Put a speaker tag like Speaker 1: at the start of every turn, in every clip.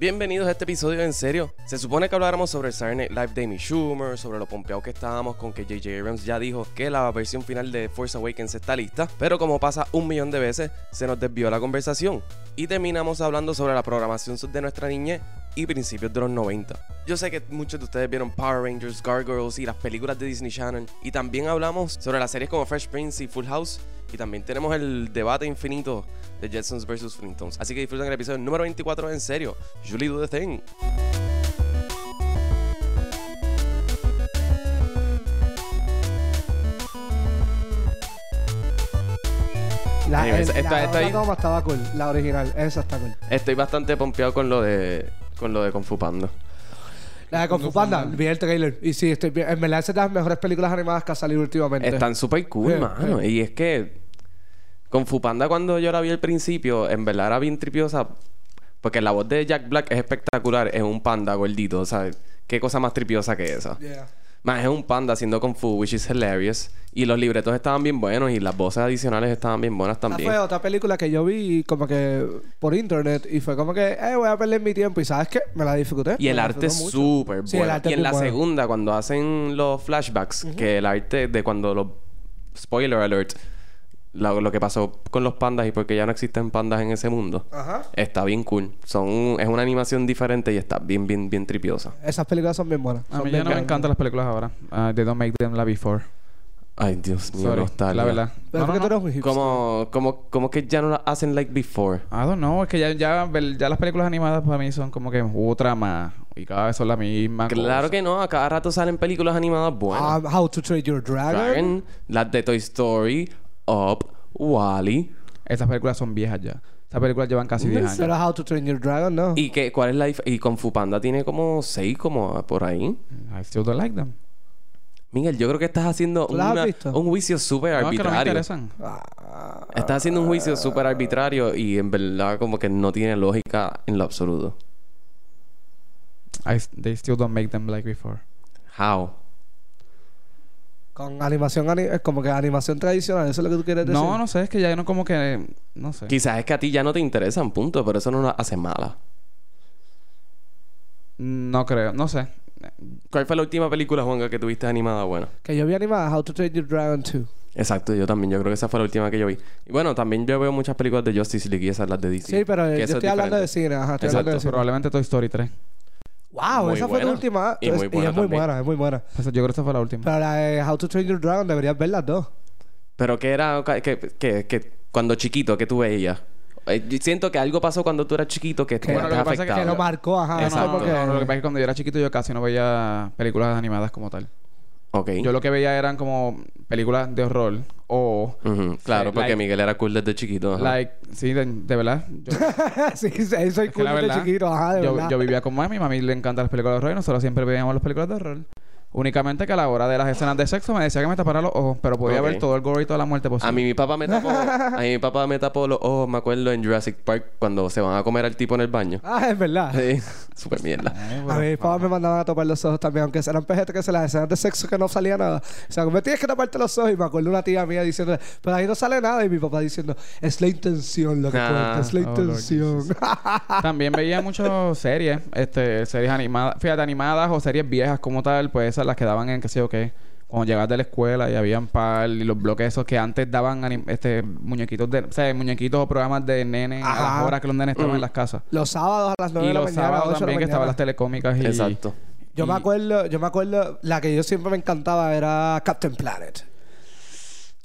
Speaker 1: Bienvenidos a este episodio en serio. Se supone que habláramos sobre el Saturday Night Live de Amy Schumer, sobre lo pompeados que estábamos con que J.J. Abrams ya dijo que la versión final de Force Awakens está lista, pero como pasa un millón de veces, se nos desvió la conversación y terminamos hablando sobre la programación de nuestra niñez y principios de los 90. Yo sé que muchos de ustedes vieron Power Rangers, Gargoyles y las películas de Disney Channel, y también hablamos sobre las series como Fresh Prince y Full House, y también tenemos el debate infinito de Jetsons vs. Flintstones. Así que disfruten el episodio número 24 en serio. Julie do the thing.
Speaker 2: La,
Speaker 1: Anyways,
Speaker 2: el-
Speaker 1: esta-
Speaker 2: la
Speaker 1: esta
Speaker 2: otra
Speaker 1: ahí-
Speaker 2: toma estaba cool, la original, esa está cool.
Speaker 1: Estoy bastante pompeado con lo de con lo de Kung Fu Panda.
Speaker 2: La de Kung Fu Panda, vi el trailer. Y sí, estoy, bien. en verdad esa es de las mejores películas animadas que ha salido últimamente.
Speaker 1: Están súper cool,
Speaker 2: Sí,
Speaker 1: mano. Y es que Kung Fu Panda cuando yo la vi al principio, en verdad era bien tripiosa. Porque la voz de Jack Black es espectacular. Es un panda gordito, ¿sabes? Qué cosa más tripiosa que esa.
Speaker 2: Yeah.
Speaker 1: Más es un panda haciendo Kung Fu, which is hilarious. Y los libretos estaban bien buenos y las voces adicionales estaban bien buenas
Speaker 2: Esa
Speaker 1: también.
Speaker 2: fue otra película que yo vi como que por internet y fue como que, eh, voy a perder mi tiempo. Y ¿sabes qué? Me la disfruté.
Speaker 1: Y el
Speaker 2: Me la
Speaker 1: arte es
Speaker 2: disfruté mucho.
Speaker 1: súper
Speaker 2: Sí, el
Speaker 1: bueno.
Speaker 2: arte
Speaker 1: y
Speaker 2: es
Speaker 1: en
Speaker 2: muy
Speaker 1: la
Speaker 2: bueno.
Speaker 1: segunda, cuando hacen los flashbacks, que el arte de cuando los. Spoiler alert. la- Lo, que pasó con los pandas y porque ya no existen pandas en ese mundo.
Speaker 2: Ajá.
Speaker 1: Está bien cool. Son, es una animación diferente y está bien, bien, bien tripiosa.
Speaker 2: Esas películas son bien buenas.
Speaker 3: A
Speaker 2: Son
Speaker 3: mí
Speaker 2: bien
Speaker 3: ya no me
Speaker 2: buenas.
Speaker 3: encantan las películas ahora. Ah, they don't make them la before.
Speaker 1: Ay, Dios mío,
Speaker 3: Sorry,
Speaker 1: nostalgia.
Speaker 3: la verdad.
Speaker 2: Pero
Speaker 3: No,
Speaker 2: es que tú
Speaker 3: no, no.
Speaker 2: eres un hipster.
Speaker 1: Como, como, como que ya no la hacen like before.
Speaker 3: I don't know. Es que ya, ya, ya las películas animadas para mí son como que otra más. Y cada vez son la misma
Speaker 1: Claro
Speaker 3: cosa.
Speaker 1: que no, a cada rato salen películas animadas buenas.
Speaker 2: Ah, How to Trade Your Dragon.
Speaker 1: Dragon, las de Toy Story, Up, Wally.
Speaker 3: Esas películas son viejas ya. Esas películas llevan casi 10 años.
Speaker 2: Pero How to Train Your Dragon, no.
Speaker 1: ¿Y qué, cuál es la dif- Y con Fupanda tiene como seis, como por ahí.
Speaker 3: I still don't like them.
Speaker 1: Miguel, yo creo que estás haciendo
Speaker 2: ¿Tú las has
Speaker 1: una-
Speaker 2: visto?
Speaker 1: un juicio súper
Speaker 3: No, es que no me
Speaker 1: arbitrario.
Speaker 3: interesan.
Speaker 2: Ah,
Speaker 1: estás haciendo un juicio súper arbitrario y en verdad como que no tiene lógica en lo absoluto.
Speaker 3: I- they still don't make them like before.
Speaker 1: How?
Speaker 2: con animación, ani- es como que animación tradicional, eso es lo que tú quieres decir.
Speaker 3: No, no sé. Es que ya no como que... No sé.
Speaker 1: Quizás es que a ti ya no te interesan, punto, pero eso no la hace mala.
Speaker 3: No creo. No sé.
Speaker 1: ¿Cuál fue la última película, Juanga, que tuviste animada buena?
Speaker 2: Que yo vi animada How to Train Your Dragon 2.
Speaker 1: Exacto, yo también. Yo creo que esa fue la última que yo vi. Y bueno, también yo veo muchas películas de Justice League y esas las de DC.
Speaker 2: Sí, pero
Speaker 1: que
Speaker 2: eh,
Speaker 1: eso
Speaker 2: yo
Speaker 1: es
Speaker 2: estoy hablando de
Speaker 1: diferente.
Speaker 2: cine. Ajá, estoy hablando de
Speaker 3: Exacto.
Speaker 2: cine.
Speaker 3: Probablemente Toy Story 3.
Speaker 2: Wow,
Speaker 1: Muy
Speaker 2: esa fue
Speaker 1: buena.
Speaker 2: la última.
Speaker 1: Y muy
Speaker 2: es-
Speaker 1: buena
Speaker 2: es muy
Speaker 1: también.
Speaker 2: buena, es muy buena.
Speaker 3: Esa- Yo creo que esa fue la última.
Speaker 2: Pero la de How to Train Your Dragon deberías ver las dos.
Speaker 1: Pero que era que, que, que cuando chiquito que tú veías. Eh, yo siento que algo pasó cuando tú eras chiquito que te
Speaker 2: Bueno,
Speaker 1: has
Speaker 3: lo que pasa es que
Speaker 1: afectado.
Speaker 2: Que lo
Speaker 3: Claro.
Speaker 2: marcó, ajá. es
Speaker 3: No, no,
Speaker 1: Exacto.
Speaker 2: como
Speaker 3: no,
Speaker 2: que-
Speaker 3: no, lo que pasa es que cuando yo era chiquito yo casi no veía películas animadas como tal.
Speaker 1: Ok.
Speaker 3: Yo lo que veía eran como películas de horror o...
Speaker 1: Ujú, Claro,
Speaker 3: Sí,
Speaker 1: porque
Speaker 3: like-
Speaker 1: Miguel era cool desde chiquito. ajá.
Speaker 3: Like, sí, de, de verdad. Yo,
Speaker 2: sí, sí, eso es
Speaker 3: es que
Speaker 2: cool
Speaker 3: la
Speaker 2: de
Speaker 3: verdad,
Speaker 2: chiquito, ajá, de
Speaker 3: yo,
Speaker 2: verdad.
Speaker 3: yo vivía con mami, mami le encantan las películas de horror y nosotros siempre veíamos las películas de horror. Únicamente que a la hora de las escenas de sexo me decía que me tapara los ojos, pero podía
Speaker 1: Ok.
Speaker 3: ver todo el gore y toda la muerte posible.
Speaker 1: A mí mi papá me tapó, a mí mi papá me tapó los ojos, me acuerdo en Jurassic Park cuando se van a comer al tipo en el baño.
Speaker 2: Ah, es verdad.
Speaker 1: Sí, Súper mierda.
Speaker 3: Ay,
Speaker 2: A
Speaker 3: bueno.
Speaker 2: mí mis papás me mandaban a tapar los ojos también, aunque eran PG que se las escenas de sexo que no salía nada. O sea, me tienes que taparte los ojos y me acuerdo una tía mía diciendo, pero ahí no sale nada y mi papá diciendo, es la intención lo que
Speaker 1: Ah,
Speaker 2: cuenta, es la
Speaker 3: oh, Lord
Speaker 2: intención.
Speaker 3: También veía muchas series, este, series animadas, fíjate, animadas o series viejas como tal, pues esas las que daban en qué sé yo qué. Cuando llegabas de la escuela y habían par y los bloques esos que antes daban anim- este muñequitos de, o sea, muñequitos o programas de nene a
Speaker 2: Ajá.
Speaker 3: las horas que los nenes estaban
Speaker 1: Mm.
Speaker 3: en las casas.
Speaker 2: los sábados a las 9
Speaker 3: Y
Speaker 2: de la
Speaker 3: los
Speaker 2: mañana,
Speaker 3: sábados
Speaker 2: 8 de
Speaker 3: también que
Speaker 2: la
Speaker 3: estaban
Speaker 2: mañana.
Speaker 3: las telecómicas y
Speaker 1: Exacto.
Speaker 2: Yo me
Speaker 3: Y-
Speaker 2: acuerdo, yo me acuerdo, la que yo siempre me encantaba era Captain Planet.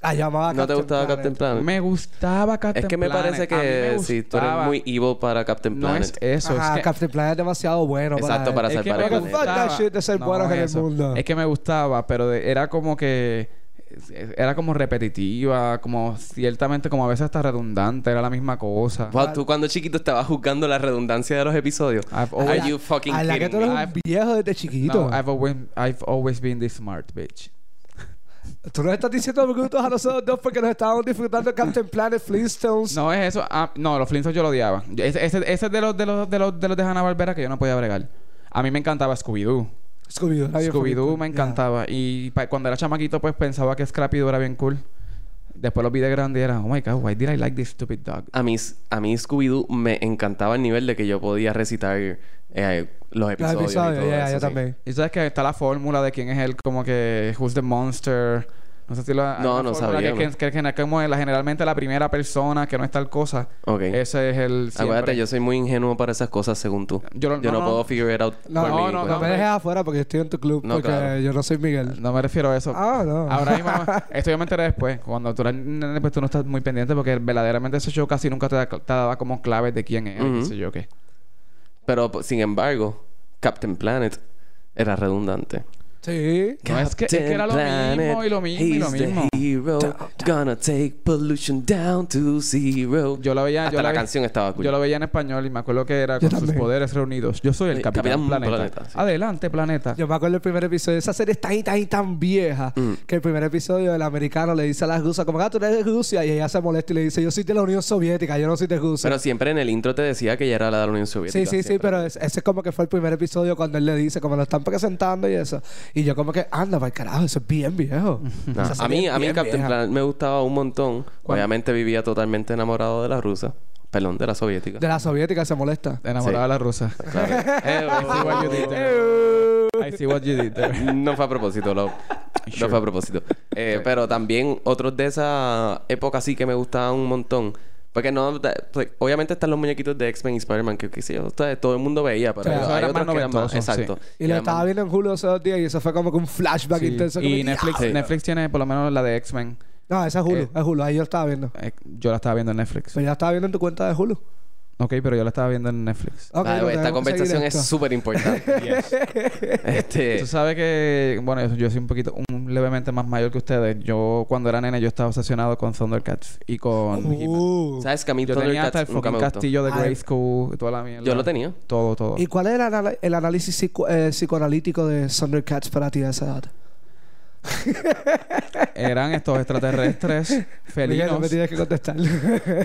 Speaker 2: La llamaba
Speaker 1: ¿No te gustaba Captain Planet?
Speaker 3: Ah, Me gustaba Captain
Speaker 1: Es que me parece
Speaker 3: Planet. A mí me
Speaker 1: que si tú eres
Speaker 3: gustaba.
Speaker 1: muy evil para Captain
Speaker 3: No
Speaker 1: Planet.
Speaker 3: es eso.
Speaker 2: Ajá,
Speaker 3: es que,
Speaker 2: Captain Planet es demasiado bueno
Speaker 1: Exacto, para
Speaker 3: es que
Speaker 1: salvar
Speaker 3: me
Speaker 1: el planeta.
Speaker 2: Fuck that shit de ser buenos en el
Speaker 3: eso.
Speaker 2: mundo.
Speaker 3: Es que me gustaba, pero de- era como que... Era como repetitiva, como ciertamente como a veces hasta redundante, era la misma cosa.
Speaker 1: Wow, tú cuando chiquito estabas juzgando la redundancia de los episodios.
Speaker 3: I've
Speaker 1: Are
Speaker 3: always,
Speaker 1: you fucking
Speaker 2: A Ah, la que
Speaker 1: kidding
Speaker 2: tú eres
Speaker 1: me?
Speaker 2: un viejo desde chiquito.
Speaker 3: no, I've always, I've always been this smart, bitch.
Speaker 2: Tú nos estás diciendo brutos a nosotros dos porque nos estábamos disfrutando de Captain Planet, Flintstones.
Speaker 3: No es eso. Ah, no, los Flintstones yo lo odiaba. Yo- Ese, ese, ese es de los de los de los de los de Hanna Barbera que yo no podía bregar. A mí me encantaba Scooby-Doo.
Speaker 2: Scooby-Doo. era bien
Speaker 3: Scooby-Doo
Speaker 2: cool.
Speaker 3: me
Speaker 2: Yeah.
Speaker 3: encantaba. Y pa- cuando era chamaquito, pues pensaba que Scrappy-Doo era bien cool. Después los vi de grande y era, oh my god, why did I like this stupid dog?
Speaker 1: A mí, a mí Scooby-Doo me encantaba el nivel de que yo podía recitar eh, los episodios. y
Speaker 2: episodios,
Speaker 1: todo
Speaker 2: yeah,
Speaker 1: eso,
Speaker 2: yo
Speaker 1: sí.
Speaker 2: también.
Speaker 3: Y sabes que está la fórmula de quién es él, como que Who's the Monster. No sé si lo hay
Speaker 1: No,
Speaker 3: una
Speaker 1: no
Speaker 3: fórmula
Speaker 1: sabía,
Speaker 3: Que,
Speaker 1: no.
Speaker 3: que- que- que- como la- generalmente la primera persona que no es tal cosa.
Speaker 1: Ok.
Speaker 3: Ese es el. siempre.
Speaker 1: Acuérdate, yo soy muy ingenuo para esas cosas, según tú.
Speaker 3: Yo
Speaker 1: Yo,
Speaker 3: lo- no,
Speaker 1: no,
Speaker 3: no.
Speaker 1: puedo figure it out.
Speaker 2: No,
Speaker 1: por
Speaker 3: no,
Speaker 1: mí,
Speaker 3: no,
Speaker 2: No
Speaker 1: pues.
Speaker 2: me dejes afuera porque estoy en tu club.
Speaker 1: No,
Speaker 2: porque
Speaker 1: claro.
Speaker 2: yo no soy Miguel.
Speaker 3: No me refiero a eso.
Speaker 2: Ah, no.
Speaker 3: Ahora mismo, esto yo me enteré después. Cuando tú eras nene, pues tú no estás muy pendiente porque verdaderamente ese show casi nunca te, da- te daba como claves de quién es,
Speaker 1: Ujú.
Speaker 3: qué sé yo qué.
Speaker 1: Pero, pues, sin embargo, Captain Planet era redundante.
Speaker 2: Sí.
Speaker 3: No, es que- es que era lo
Speaker 1: Captain
Speaker 3: mismo y lo mismo y lo
Speaker 1: he's the
Speaker 3: mismo.
Speaker 1: hero, gonna take pollution down to zero.
Speaker 3: Yo lo veía.
Speaker 1: Hasta
Speaker 3: yo
Speaker 1: la
Speaker 3: ve-
Speaker 1: canción estaba cool.
Speaker 3: Yo lo veía en español y me acuerdo que era
Speaker 2: Yo
Speaker 3: con sus
Speaker 2: también.
Speaker 3: poderes reunidos. Yo soy el
Speaker 1: Eh,
Speaker 3: capitán,
Speaker 1: Capitán
Speaker 3: planeta.
Speaker 1: Planeta, sí.
Speaker 3: Adelante, planeta.
Speaker 2: Yo me acuerdo el primer episodio. Esa serie es tan y tan y tan vieja
Speaker 1: Mm.
Speaker 2: que el primer episodio el americano le dice a las rusas como, ah, tú eres de Rusia. Y ella se molesta y le dice, yo soy de la Unión Soviética, yo no soy de Rusia.
Speaker 1: Pero siempre en el intro te decía que ya era la de la Unión Soviética.
Speaker 2: sí, sí, sí,
Speaker 1: siempre.
Speaker 2: pero es- ese es como que fue el primer episodio cuando él le dice, como lo están presentando y eso. Y yo como que, anda, para carajo, eso es bien viejo.
Speaker 1: No,
Speaker 2: Esa
Speaker 1: a
Speaker 2: serie
Speaker 1: mí,
Speaker 2: es
Speaker 1: a mí
Speaker 2: bien
Speaker 1: Captain
Speaker 2: vieja.
Speaker 1: Planet me gustaba un montón. Obviamente vivía totalmente enamorado de la rusa. Perdón, de la soviética.
Speaker 2: De la Eh, soviética se molesta.
Speaker 1: Eh,
Speaker 3: Enamorada de la rusa. I
Speaker 2: oh,
Speaker 3: see what you did there. I see what you did there.
Speaker 2: eh.
Speaker 1: No fue a propósito, lo- No fue a propósito. Eh, Pero también otros de esa época sí que me gustaban un montón. Porque no... da- pues, obviamente están los muñequitos de X-Men y Spider-Man que, que sí, ustedes- todo el mundo veía. Pero
Speaker 2: Claro.
Speaker 1: hay,
Speaker 3: Eso era
Speaker 1: otros
Speaker 3: más
Speaker 1: que eran más...
Speaker 3: noventoso, sí.
Speaker 1: Exacto.
Speaker 2: Y lo
Speaker 1: Eran
Speaker 2: estaba
Speaker 1: más-
Speaker 2: viendo en julio esos días y eso fue como que un flashback
Speaker 3: Sí.
Speaker 2: intenso. como,
Speaker 3: Y Netflix,
Speaker 1: "Diablo".
Speaker 3: Netflix tiene por lo menos la de X-Men.
Speaker 2: "Ah". No, esa es Hulu,
Speaker 3: Eh,
Speaker 2: es Hulu, ahí yo estaba viendo.
Speaker 3: Eh, Yo la estaba viendo en Netflix.
Speaker 2: Pero ya estaba viendo en tu cuenta de Hulu.
Speaker 3: Ok, pero yo la estaba viendo en Netflix.
Speaker 2: Ok,
Speaker 1: Ah,
Speaker 2: no,
Speaker 1: esta
Speaker 2: tenemos que seguir
Speaker 1: conversación es
Speaker 2: esto.
Speaker 1: súper importante. este...
Speaker 3: Tú sabes que, bueno, yo, yo soy un poquito, un levemente más mayor que ustedes. Yo, cuando era nene, yo estaba obsesionado con Thundercats y con He-Man.
Speaker 2: Uh.
Speaker 1: ¿Sabes que Oh. a mí
Speaker 3: Yo tenía hasta el
Speaker 1: Thundercats nunca
Speaker 3: fucking
Speaker 1: me gustó?
Speaker 3: castillo de
Speaker 2: Ay.
Speaker 3: Grey School, toda la mierda.
Speaker 1: Yo lo tenía.
Speaker 3: Todo, todo.
Speaker 2: ¿Y cuál era el, ana- el análisis psico- eh, psicoanalítico de Thundercats para ti a esa edad?
Speaker 3: Eran estos extraterrestres
Speaker 2: Miguel, no
Speaker 3: felinos.
Speaker 2: me tienes que contestar.
Speaker 3: No,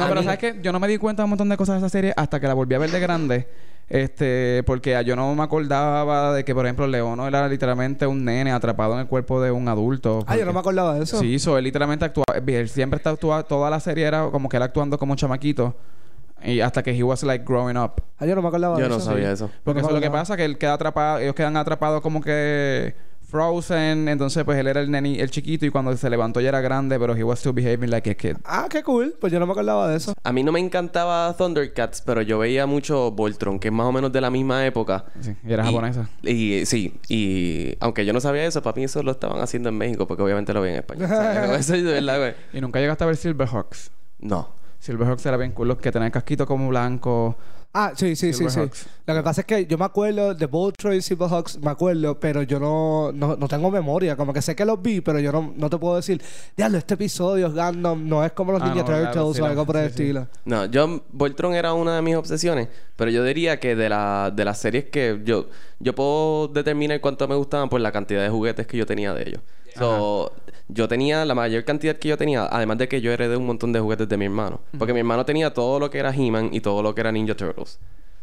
Speaker 1: A
Speaker 3: pero
Speaker 1: mí-
Speaker 3: sabes que yo no me di cuenta de un montón de cosas de esa serie hasta que la volví a ver de grande. Este, porque yo no me acordaba de que, por ejemplo, Leono era literalmente un nene atrapado en el cuerpo de un adulto.
Speaker 2: ah, yo no me
Speaker 3: porque-
Speaker 2: acordaba de eso.
Speaker 3: Sí, so, él literalmente actuaba. Él siempre está actuando. Toda la serie era como que él actuando como un chamaquito. Y hasta que he was like growing up.
Speaker 2: Ah, yo no me acordaba
Speaker 1: Yo
Speaker 2: de
Speaker 1: no
Speaker 2: eso.
Speaker 1: sabía eso.
Speaker 3: Porque
Speaker 2: No me
Speaker 3: eso es lo que
Speaker 2: acordaba.
Speaker 3: pasa: que él queda atrapado. Ellos quedan atrapados como que. Frozen, entonces pues él era el neni, el chiquito y cuando se levantó ya era grande, pero he was still behaving like a kid.
Speaker 2: Ah, qué cool. Pues yo no me acordaba de eso.
Speaker 1: A mí no me encantaba Thundercats, pero yo veía mucho Voltron, que es más o menos de la misma época.
Speaker 3: Sí, y era
Speaker 1: Y-
Speaker 3: japonesa.
Speaker 1: Y eh, sí, y aunque yo no sabía eso, para mí eso lo estaban haciendo en México, porque obviamente lo vi en España. O sea, eso es de verdad, güey.
Speaker 3: Y nunca llegaste a ver Silverhawks.
Speaker 1: No.
Speaker 3: Silverhawks era bien cool, los que tenían casquito como blanco.
Speaker 2: Ah, sí, sí, sí, sí.
Speaker 3: Silverhawks.
Speaker 2: Lo que pasa es que yo me acuerdo de Voltron y Silverhawks, me acuerdo, pero yo no, no, no tengo memoria. Como que sé que los vi, pero yo no, no te puedo decir, diablo, este episodio es Gundam, no es como los
Speaker 3: Ah,
Speaker 2: Ninja
Speaker 3: no, claro,
Speaker 2: Turtles
Speaker 3: sí,
Speaker 2: o
Speaker 3: la-
Speaker 2: algo por el
Speaker 3: sí, sí.
Speaker 2: estilo.
Speaker 1: No, yo Voltron era una de mis obsesiones, pero yo diría que de, la, de las series que yo yo puedo determinar cuánto me gustaban por la cantidad de juguetes que yo tenía de ellos. So, yo tenía la mayor cantidad que yo tenía, además de que yo heredé un montón de juguetes de mi hermano, porque mi hermano tenía todo lo que era He-Man y todo lo que era Ninja Turtles.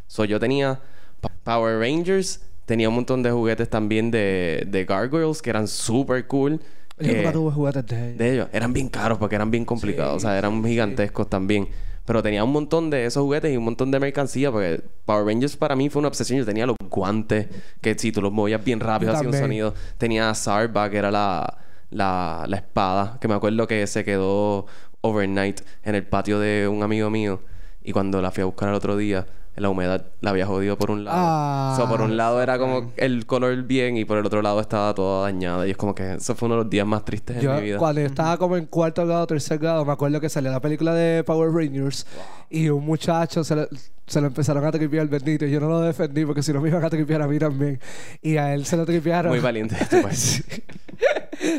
Speaker 1: So, yo tenía Pa- Power Rangers, tenía un montón de juguetes también de, de Gargoyles que eran super cool.
Speaker 2: Yo
Speaker 1: Eh,
Speaker 2: nunca tuve juguetes de ellos.
Speaker 1: de ellos. Eran bien caros porque eran bien complicados. o sea, eran gigantescos también. Pero tenía un montón de esos juguetes y un montón de mercancía. Porque Power Rangers para mí fue una obsesión. Yo tenía los guantes que si tú los movías bien rápido
Speaker 2: Yo
Speaker 1: hacía un
Speaker 2: también.
Speaker 1: sonido. Tenía a Sarba, que era la, la, la espada. Que me acuerdo que se quedó overnight en el patio de un amigo mío. Y cuando la fui a buscar al otro día, la humedad la había jodido por un lado.
Speaker 2: Ah.
Speaker 1: So, por un lado era como el color bien y por el otro lado estaba toda dañada. Y es como que eso fue uno de los días más tristes de
Speaker 2: Yo,
Speaker 1: mi vida.
Speaker 2: cuando yo estaba como en cuarto grado, tercer grado, me acuerdo que salió la película de Power Rangers y un muchacho se lo, se lo empezaron a tripear el bendito. y Yo no lo defendí porque si no me iban a tripear a mí también. Y a él se lo tripearon.
Speaker 1: Muy valiente este país.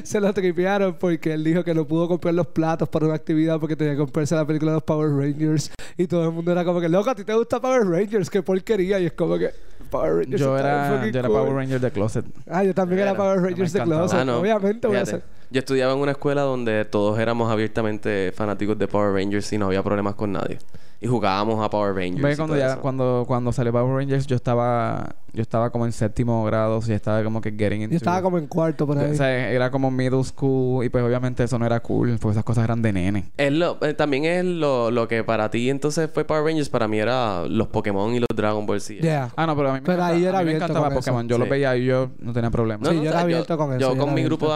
Speaker 2: se lo tripearon porque él dijo que no pudo comprar los platos para una actividad porque tenía que comprarse la película de los Power Rangers. Y todo el mundo era como que, loco, ¿a ti te gusta Power Rangers? ¡Qué porquería! Y es como que, Power Rangers.
Speaker 3: Yo
Speaker 2: está bien
Speaker 3: era,
Speaker 2: fucking
Speaker 3: yo era
Speaker 2: cool".
Speaker 3: Power Ranger de Closet.
Speaker 2: Ah, yo también era,
Speaker 3: Era,
Speaker 2: Power
Speaker 3: me
Speaker 2: Rangers de
Speaker 3: encantaba.
Speaker 2: Closet.
Speaker 1: Ah, no.
Speaker 2: Obviamente voy a
Speaker 1: Fíjate,
Speaker 2: ser.
Speaker 1: Yo estudiaba en una escuela donde todos éramos abiertamente fanáticos de Power Rangers y no había problemas con nadie. y jugábamos a Power Rangers.
Speaker 3: Ve
Speaker 1: y
Speaker 3: cuando
Speaker 1: todo
Speaker 3: ya,
Speaker 1: eso.
Speaker 3: cuando, cuando salió Power Rangers, yo estaba, yo estaba como en séptimo grado, y estaba como que getting into
Speaker 2: Yo estaba como en cuarto por ahí.
Speaker 3: O sea, era como middle school y pues obviamente eso no era cool, porque esas cosas eran de nene.
Speaker 1: Es lo, eh, también es lo, lo que para ti entonces fue Power Rangers, para mí era los Pokémon y los Dragon Ball Z.
Speaker 2: Yeah.
Speaker 3: Ah, no, pero a mí me,
Speaker 2: Pero
Speaker 3: encanta-
Speaker 2: ahí
Speaker 3: a
Speaker 2: era
Speaker 3: mí me
Speaker 2: abierto
Speaker 3: encantaba
Speaker 2: con eso.
Speaker 3: Pokémon. Yo
Speaker 1: Sí.
Speaker 3: los veía y yo no tenía problema.
Speaker 1: No,
Speaker 2: Sí,
Speaker 1: no,
Speaker 2: yo
Speaker 1: o
Speaker 2: era
Speaker 1: sea,
Speaker 2: abierto con eso, yo
Speaker 1: Yo
Speaker 2: era
Speaker 1: con mi grupo
Speaker 2: abierto.
Speaker 1: de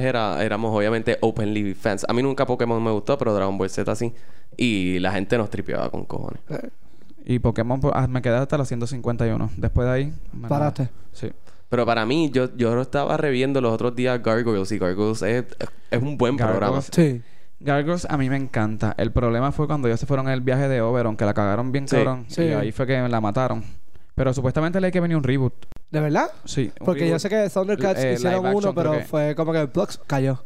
Speaker 1: amistades era, éramos obviamente openly fans. A mí nunca Pokémon me gustó, pero Dragon Ball Z sí. Y la gente nos tripeaba con cojones.
Speaker 3: ah, Y Pokémon pues, ah, me quedé hasta los 151. Después de ahí... me-
Speaker 2: Paraste.
Speaker 3: Sí.
Speaker 1: Pero para mí, yo, yo lo estaba reviendo los otros días Gargoyles y Gargoyles es, es un buen programa.
Speaker 3: Gargoyles.
Speaker 2: Sí.
Speaker 3: Gargoyles a mí me encanta. El problema fue cuando ellos se fueron en el viaje de Oberon, que la cagaron bien
Speaker 1: Sí.
Speaker 3: cabrón.
Speaker 2: Sí.
Speaker 3: Y ahí fue que la mataron. Pero supuestamente le hay que venir un reboot.
Speaker 2: ¿De verdad?
Speaker 3: Sí. un
Speaker 2: Porque yo
Speaker 3: reboot.
Speaker 2: sé que Thundercats
Speaker 3: Eh, live
Speaker 2: hicieron
Speaker 3: action,
Speaker 2: uno, pero
Speaker 3: creo que-
Speaker 2: fue como que el Blocks cayó.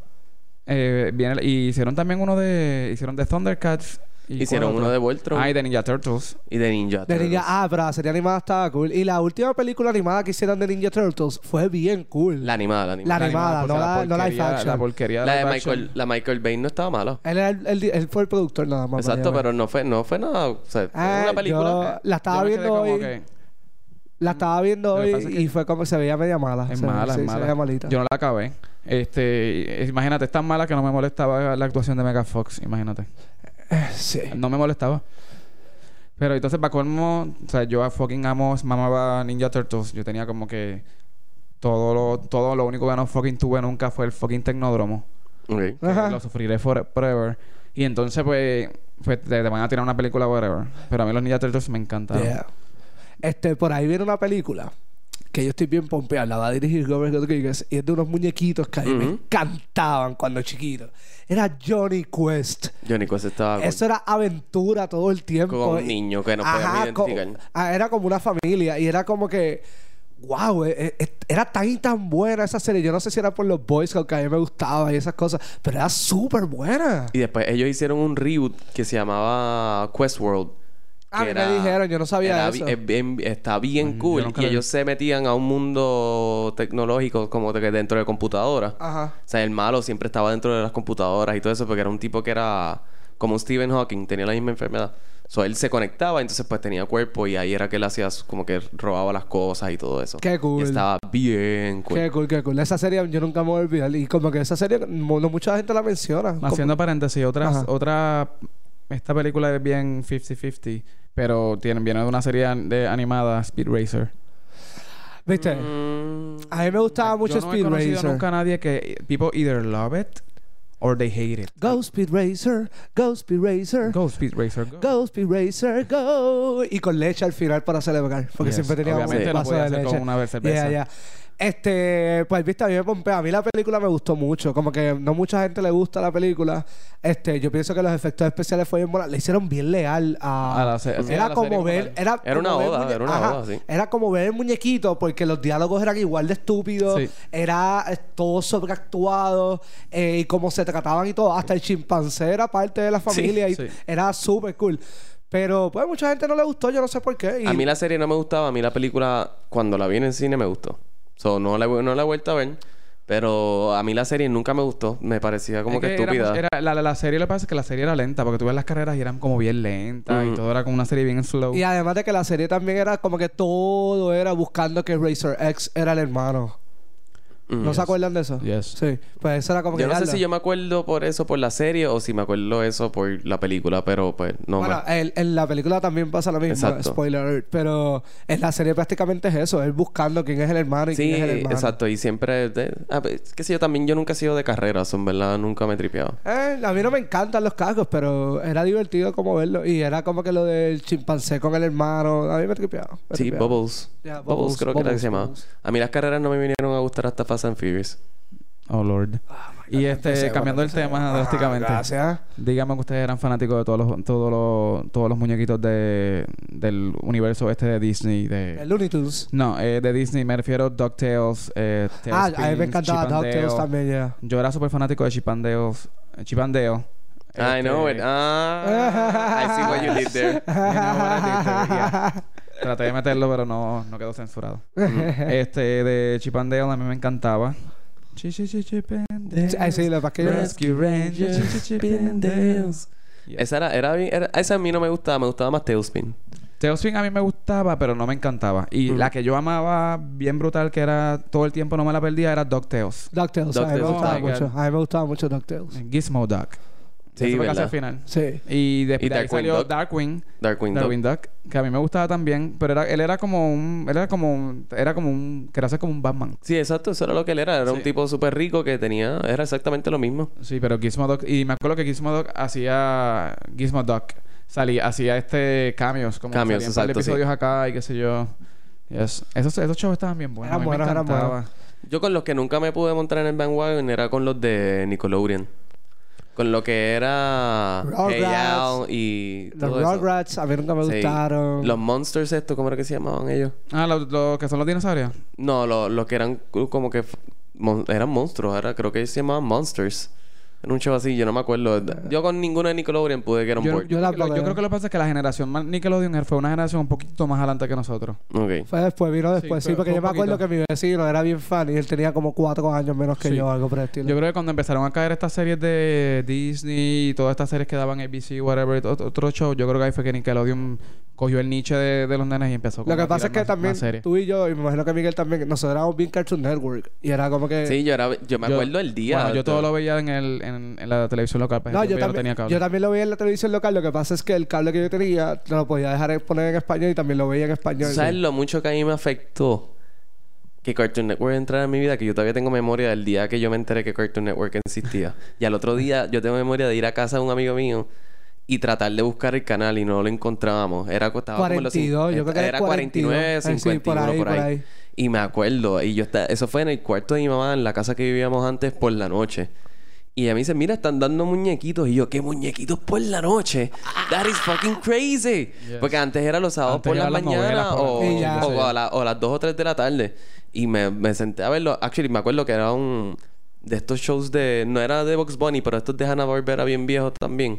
Speaker 3: Eh, viene, y hicieron también uno de... Hicieron de Thundercats. y
Speaker 1: Hicieron
Speaker 3: ¿cuál
Speaker 1: uno
Speaker 3: otro?
Speaker 1: de Voltron
Speaker 3: Ah, y de Ninja Turtles.
Speaker 1: y de Ninja.
Speaker 2: De
Speaker 1: Turtles.
Speaker 2: Ninja, ah, pero la serie animada estaba cool. Y la última película animada que hicieron de Ninja Turtles fue bien cool.
Speaker 1: La animada, la
Speaker 2: La
Speaker 1: animada.
Speaker 2: animada,
Speaker 3: porque
Speaker 2: no la- no live
Speaker 3: porquería-
Speaker 2: action.
Speaker 3: La porquería
Speaker 1: La, de
Speaker 3: live
Speaker 1: Michael,
Speaker 3: action.
Speaker 1: la Michael Bay no estaba mala.
Speaker 2: Él, era el- el di- él fue el productor nada más.
Speaker 1: Exacto,
Speaker 2: by the way.
Speaker 1: pero no fue, no fue nada. O sea, fue
Speaker 2: Ah,
Speaker 1: una película.
Speaker 2: yo la estaba
Speaker 3: eh, Yo me quedé
Speaker 2: viendo
Speaker 3: como
Speaker 2: hoy.
Speaker 3: que mm,
Speaker 2: La estaba viendo
Speaker 3: Lo que
Speaker 2: hoy
Speaker 3: pasa es que-
Speaker 2: y fue como se veía media mala.
Speaker 3: Es
Speaker 2: Se-
Speaker 3: mala,
Speaker 2: sí,
Speaker 3: es
Speaker 2: Se
Speaker 3: mala.
Speaker 2: veía malita.
Speaker 3: Yo no la acabé. Este, eh, imagínate, es tan mala que no me molestaba la actuación de Mega Fox, imagínate.
Speaker 2: Sí.
Speaker 3: No me molestaba. Pero entonces, para colmo, o sea, yo a fucking amo, mamaba Ninja Turtles. Yo tenía como que todo lo, todo lo único que no fucking tuve nunca fue el fucking Tecnódromo.
Speaker 1: Ok.
Speaker 3: que
Speaker 2: Ajá.
Speaker 3: Lo sufriré for- forever. Y entonces, pues, pues, te, te van a tirar una película whatever. Pero a mí los Ninja Turtles me encantaron.
Speaker 2: Yeah. Este, por ahí viene una película que yo estoy bien pompeado. La va a dirigir Robert Rodriguez y es de unos muñequitos que a mí me
Speaker 1: Ujú.
Speaker 2: encantaban cuando chiquito. Era Johnny Quest.
Speaker 1: Johnny Quest estaba.
Speaker 2: Eso era aventura todo el tiempo.
Speaker 1: Ah, Con un niño que no podíamos
Speaker 2: co-
Speaker 1: identificar.
Speaker 2: ah, era como una familia y era como que. Wow, eh, eh, era tan y tan buena esa serie. Yo no sé si era por los Boys Scouts que a mí me gustaba y esas cosas, pero era súper buena.
Speaker 1: Y después ellos hicieron un reboot que se llamaba Questworld.
Speaker 2: A mí
Speaker 1: que
Speaker 2: Ah, me dijeron, yo no sabía
Speaker 1: era
Speaker 2: eso.
Speaker 1: bi- es bien- está bien
Speaker 3: yo
Speaker 1: cool.
Speaker 3: nunca
Speaker 1: Y
Speaker 3: lo vi.
Speaker 1: ellos se metían a un mundo tecnológico como de que dentro de computadoras.
Speaker 2: Ajá.
Speaker 1: O sea, el malo siempre estaba dentro de las computadoras y todo eso porque era un tipo que era como un Stephen Hawking, tenía la misma enfermedad. O sea, él se conectaba, entonces pues tenía cuerpo y ahí era que él hacía su- como que robaba las cosas y todo eso.
Speaker 2: Qué
Speaker 1: Y
Speaker 2: cool.
Speaker 1: estaba bien cool.
Speaker 2: Qué cool, qué cool. Esa serie yo nunca me voy a olvidar. Y como que esa serie, mo- no mucha gente la menciona. Como-
Speaker 3: Haciendo paréntesis, otra,
Speaker 2: Ajá.
Speaker 3: otra. Esta película es bien 50-50, pero tiene, viene de una serie an- de animada, Speed Racer.
Speaker 2: ¿Viste?
Speaker 1: Mm,
Speaker 2: A mí me gustaba mucho
Speaker 3: Yo no he
Speaker 2: Speed
Speaker 3: conocido
Speaker 2: Racer.
Speaker 3: nunca a nadie que. People either love it or they hate it.
Speaker 2: Go Speed Racer, go Speed Racer,
Speaker 3: Go, Speed Racer, go.
Speaker 2: go Speed Racer, go. Y con leche al final para celebrar. Porque
Speaker 3: Yes,
Speaker 2: siempre tenía
Speaker 3: obviamente
Speaker 2: un
Speaker 3: no
Speaker 2: vaso
Speaker 3: podía
Speaker 2: de
Speaker 3: ser
Speaker 2: leche.
Speaker 3: con una cerveza.
Speaker 2: Ya, ya. Este, pues viste, a mí me pompea. A mí la película me gustó mucho. Como que no mucha gente le gusta la película. Este, yo pienso que los efectos especiales fueron buenos. Le hicieron bien leal a.
Speaker 3: A la se- sí,
Speaker 2: era
Speaker 3: a la
Speaker 2: como
Speaker 3: serie como
Speaker 2: ver.
Speaker 3: tal.
Speaker 2: Era,
Speaker 1: Era
Speaker 2: como
Speaker 1: una
Speaker 2: ver
Speaker 1: oda,
Speaker 2: muñe-
Speaker 1: era una
Speaker 2: Ajá.
Speaker 1: oda, sí.
Speaker 2: Era como ver el muñequito, porque los diálogos eran igual de estúpidos.
Speaker 3: Sí.
Speaker 2: Era eh, todo sobreactuado. eh, y cómo se trataban y todo. Hasta el chimpancé era parte de la familia. y
Speaker 3: sí.
Speaker 2: Era súper cool. Pero, pues, mucha gente no le gustó. Yo no sé por qué. y-
Speaker 1: A mí la serie no me gustaba, a mí la película cuando la vi en el cine me gustó. So, no la, he vu- no la he vuelto a ver, pero a mí la serie nunca me gustó, me parecía como
Speaker 3: Es
Speaker 1: que,
Speaker 3: era-
Speaker 1: estúpida.
Speaker 3: era- la, la- la serie lo que pasa es que la serie era lenta, porque tú ves las carreras y eran como bien lentas y
Speaker 1: Mm.
Speaker 3: todo era como una serie bien slow.
Speaker 2: Y además de que la serie también era como que todo era buscando que Razor X era el hermano.
Speaker 1: Mm.
Speaker 2: ¿No se acuerdan de eso?
Speaker 3: Yes.
Speaker 2: Sí. Pues eso era como
Speaker 1: Yo
Speaker 2: que.
Speaker 1: no sé
Speaker 2: "Diablo".
Speaker 1: si yo me acuerdo por eso, por la serie, o si me acuerdo eso por la película, pero pues no
Speaker 2: Bueno,
Speaker 1: me...
Speaker 2: en, en la película también pasa lo mismo.
Speaker 1: Exacto.
Speaker 2: Spoiler alert. Pero en la serie prácticamente es eso. Él buscando quién es el hermano y
Speaker 1: Sí,
Speaker 2: quién es Pues, el hermano.
Speaker 1: exacto. Y siempre... De, ah, pues, qué sé yo, también yo nunca he sido de carreras, en verdad nunca me he tripeado.
Speaker 2: Eh, a mí no me encantan los cascos, pero era divertido como verlo. Y era como que lo del chimpancé con el hermano. A mí me tripeaba. me
Speaker 1: Sí,
Speaker 2: tripeaba.
Speaker 1: Bubbles.
Speaker 2: Yeah,
Speaker 1: Bubbles.
Speaker 2: Bubbles,
Speaker 1: creo que era que se llamaba.
Speaker 2: Bubbles.
Speaker 1: A mí las carreras no me vinieron a gustar hasta Fast and Furious.
Speaker 3: Oh, Lord. y este,
Speaker 2: empecé,
Speaker 3: cambiando el
Speaker 2: empecé.
Speaker 3: tema
Speaker 2: Ajá,
Speaker 3: drásticamente.
Speaker 2: gracias.
Speaker 3: Dígame que ustedes eran fanáticos de todos los, todos los, todos los muñequitos de, del universo este de Disney. De,
Speaker 2: El Looney Tunes.
Speaker 3: No, eh, de Disney me refiero a DuckTales. Eh,
Speaker 2: Ah, a mí
Speaker 3: Tailspins,
Speaker 2: me encantaba
Speaker 3: Chip and
Speaker 2: DuckTales
Speaker 3: Dale.
Speaker 2: también, ya.
Speaker 3: Yo era súper fanático de Chipandeo. Chipandeo. Este,
Speaker 1: I know it. Ah, I see what you did there.
Speaker 3: Traté de meterlo, pero no, no quedó censurado. este de Chipandeo a mí me encantaba. Chi- chi- chi- Chip and Dale.
Speaker 2: Ay, sí, lo que pasa es que yo-
Speaker 3: Rescue Rangers. Chip and Dales. Yeah.
Speaker 1: Esa era, era, bien- era- esa a mí no me gustaba, me gustaba más Tailspin.
Speaker 3: Tailspin a mí me gustaba, pero no me encantaba. Y
Speaker 1: Mm.
Speaker 3: la que yo amaba bien brutal, que era todo el tiempo no me la perdía, era DuckTales.
Speaker 2: DuckTales, a mí me
Speaker 1: DuckTales,
Speaker 2: gustaba
Speaker 3: oh my
Speaker 2: mucho.
Speaker 3: God.
Speaker 2: A mí me gustaba mucho DuckTales.
Speaker 3: Gizmo Duck.
Speaker 1: Sí,
Speaker 3: Eso fue casi
Speaker 1: ¿verdad?
Speaker 3: al final.
Speaker 2: Sí.
Speaker 3: Y después
Speaker 1: Y
Speaker 3: de ahí
Speaker 1: Darkwing
Speaker 3: salió
Speaker 1: Duck.
Speaker 3: Darkwing.
Speaker 1: Darkwing Duck.
Speaker 3: Darwin Duck, que a mí me gustaba también, pero era, él era como un, él era como un, era como un, quería ser como un Batman.
Speaker 1: Sí, exacto, eso era lo que él era. Era un
Speaker 3: Sí.
Speaker 1: tipo súper rico que tenía, era exactamente lo mismo.
Speaker 3: Sí, pero Gizmo Duck, y me acuerdo que Gizmo Duck hacía, Gizmo Duck, salía, hacía este cambios, como que
Speaker 1: Cameos,
Speaker 3: salía en par de
Speaker 1: exacto, sí.
Speaker 3: episodios acá y qué sé yo. Yes. Esos, esos shows estaban bien buenos,
Speaker 2: Eran
Speaker 3: a mí
Speaker 2: buenos,
Speaker 3: me
Speaker 2: eran
Speaker 3: encantaba.
Speaker 2: buenos.
Speaker 1: Yo con los que nunca me pude montar en el bandwagon era con los de Nickelodeon. Con lo que era Hey
Speaker 2: Rugrats.
Speaker 1: Al y
Speaker 2: Los
Speaker 1: todo eso.
Speaker 2: Rugrats a mí nunca me
Speaker 1: Sí.
Speaker 2: gustaron.
Speaker 1: Los Monsters estos, ¿cómo era que se llamaban ellos?
Speaker 3: Ah, los los que son los dinosaurios.
Speaker 1: No, lo- los que eran como que f- mon- eran monstruos, era, creo que ellos se llamaban Monsters. Era un show así, yo no me acuerdo. Yo con ninguno de Nickelodeon pude que era un
Speaker 3: Yo,
Speaker 1: board.
Speaker 2: yo la-
Speaker 3: yo creo- yo creo que lo que pasa es que la generación más Nickelodeon fue una generación un poquito más adelante que nosotros.
Speaker 1: Ok.
Speaker 2: Fue después, vino después, sí,
Speaker 3: pero
Speaker 2: porque
Speaker 3: fue
Speaker 2: yo me
Speaker 3: un
Speaker 2: acuerdo
Speaker 3: poquito.
Speaker 2: que mi vecino era bien fan y él tenía como cuatro años menos que
Speaker 3: Sí.
Speaker 2: yo, algo por el estilo.
Speaker 3: Yo creo que cuando empezaron a caer estas series de Disney y todas estas series que daban ABC, whatever, ot- otro show, yo creo que ahí fue que Nickelodeon cogió el nicho de, de los nenes y empezó como
Speaker 2: Lo que
Speaker 3: a
Speaker 2: pasa es
Speaker 3: tirar
Speaker 2: que
Speaker 3: más-
Speaker 2: también
Speaker 3: más series.
Speaker 2: tú y yo, y me imagino que Miguel también, nosotros éramos bien Cartoon Network. Y era como que.
Speaker 1: Sí, yo, era, yo me
Speaker 3: Yo-
Speaker 1: acuerdo el día.
Speaker 3: Bueno, yo todo lo veía en, el, en, en la televisión local. pues,
Speaker 2: No,
Speaker 3: yo
Speaker 2: yo
Speaker 3: no
Speaker 2: también,
Speaker 3: tenía cable.
Speaker 2: yo también lo veía en la televisión local. Lo que pasa es que el cable que yo tenía no lo podía dejar de poner en español y también lo veía en español.
Speaker 1: ¿Sabes lo mucho que a mí me afectó que Cartoon Network entrara en mi vida? Que yo todavía tengo memoria del día que yo me enteré que Cartoon Network existía. y al otro día yo tengo memoria de ir a casa de un amigo mío y tratar de buscar el canal y no lo encontrábamos. Era co- estaba como en los cin-
Speaker 2: 42, yo creo que era
Speaker 1: era 49,
Speaker 2: 42. Ay,
Speaker 1: 51
Speaker 2: sí, por ahí, por ahí.
Speaker 1: Y me acuerdo, y yo esta- eso fue en el cuarto de mi mamá, en la casa que vivíamos antes por la noche. Y a mí dice, mira, están dando muñequitos. Y yo, ¿qué muñequitos por la noche? That is fucking crazy.
Speaker 3: Yes.
Speaker 1: Porque antes era los sábados
Speaker 3: Antes
Speaker 1: por la
Speaker 3: eran las novelas
Speaker 1: mañana
Speaker 3: por la
Speaker 1: o,
Speaker 2: noche, ya.
Speaker 1: o a, la- o a las 2 o 3 de la tarde. Y me, me senté a verlo. Actually, me acuerdo que era un... De estos shows de... No era de Box Bunny, pero estos de Hanna-Barbera bien viejos también.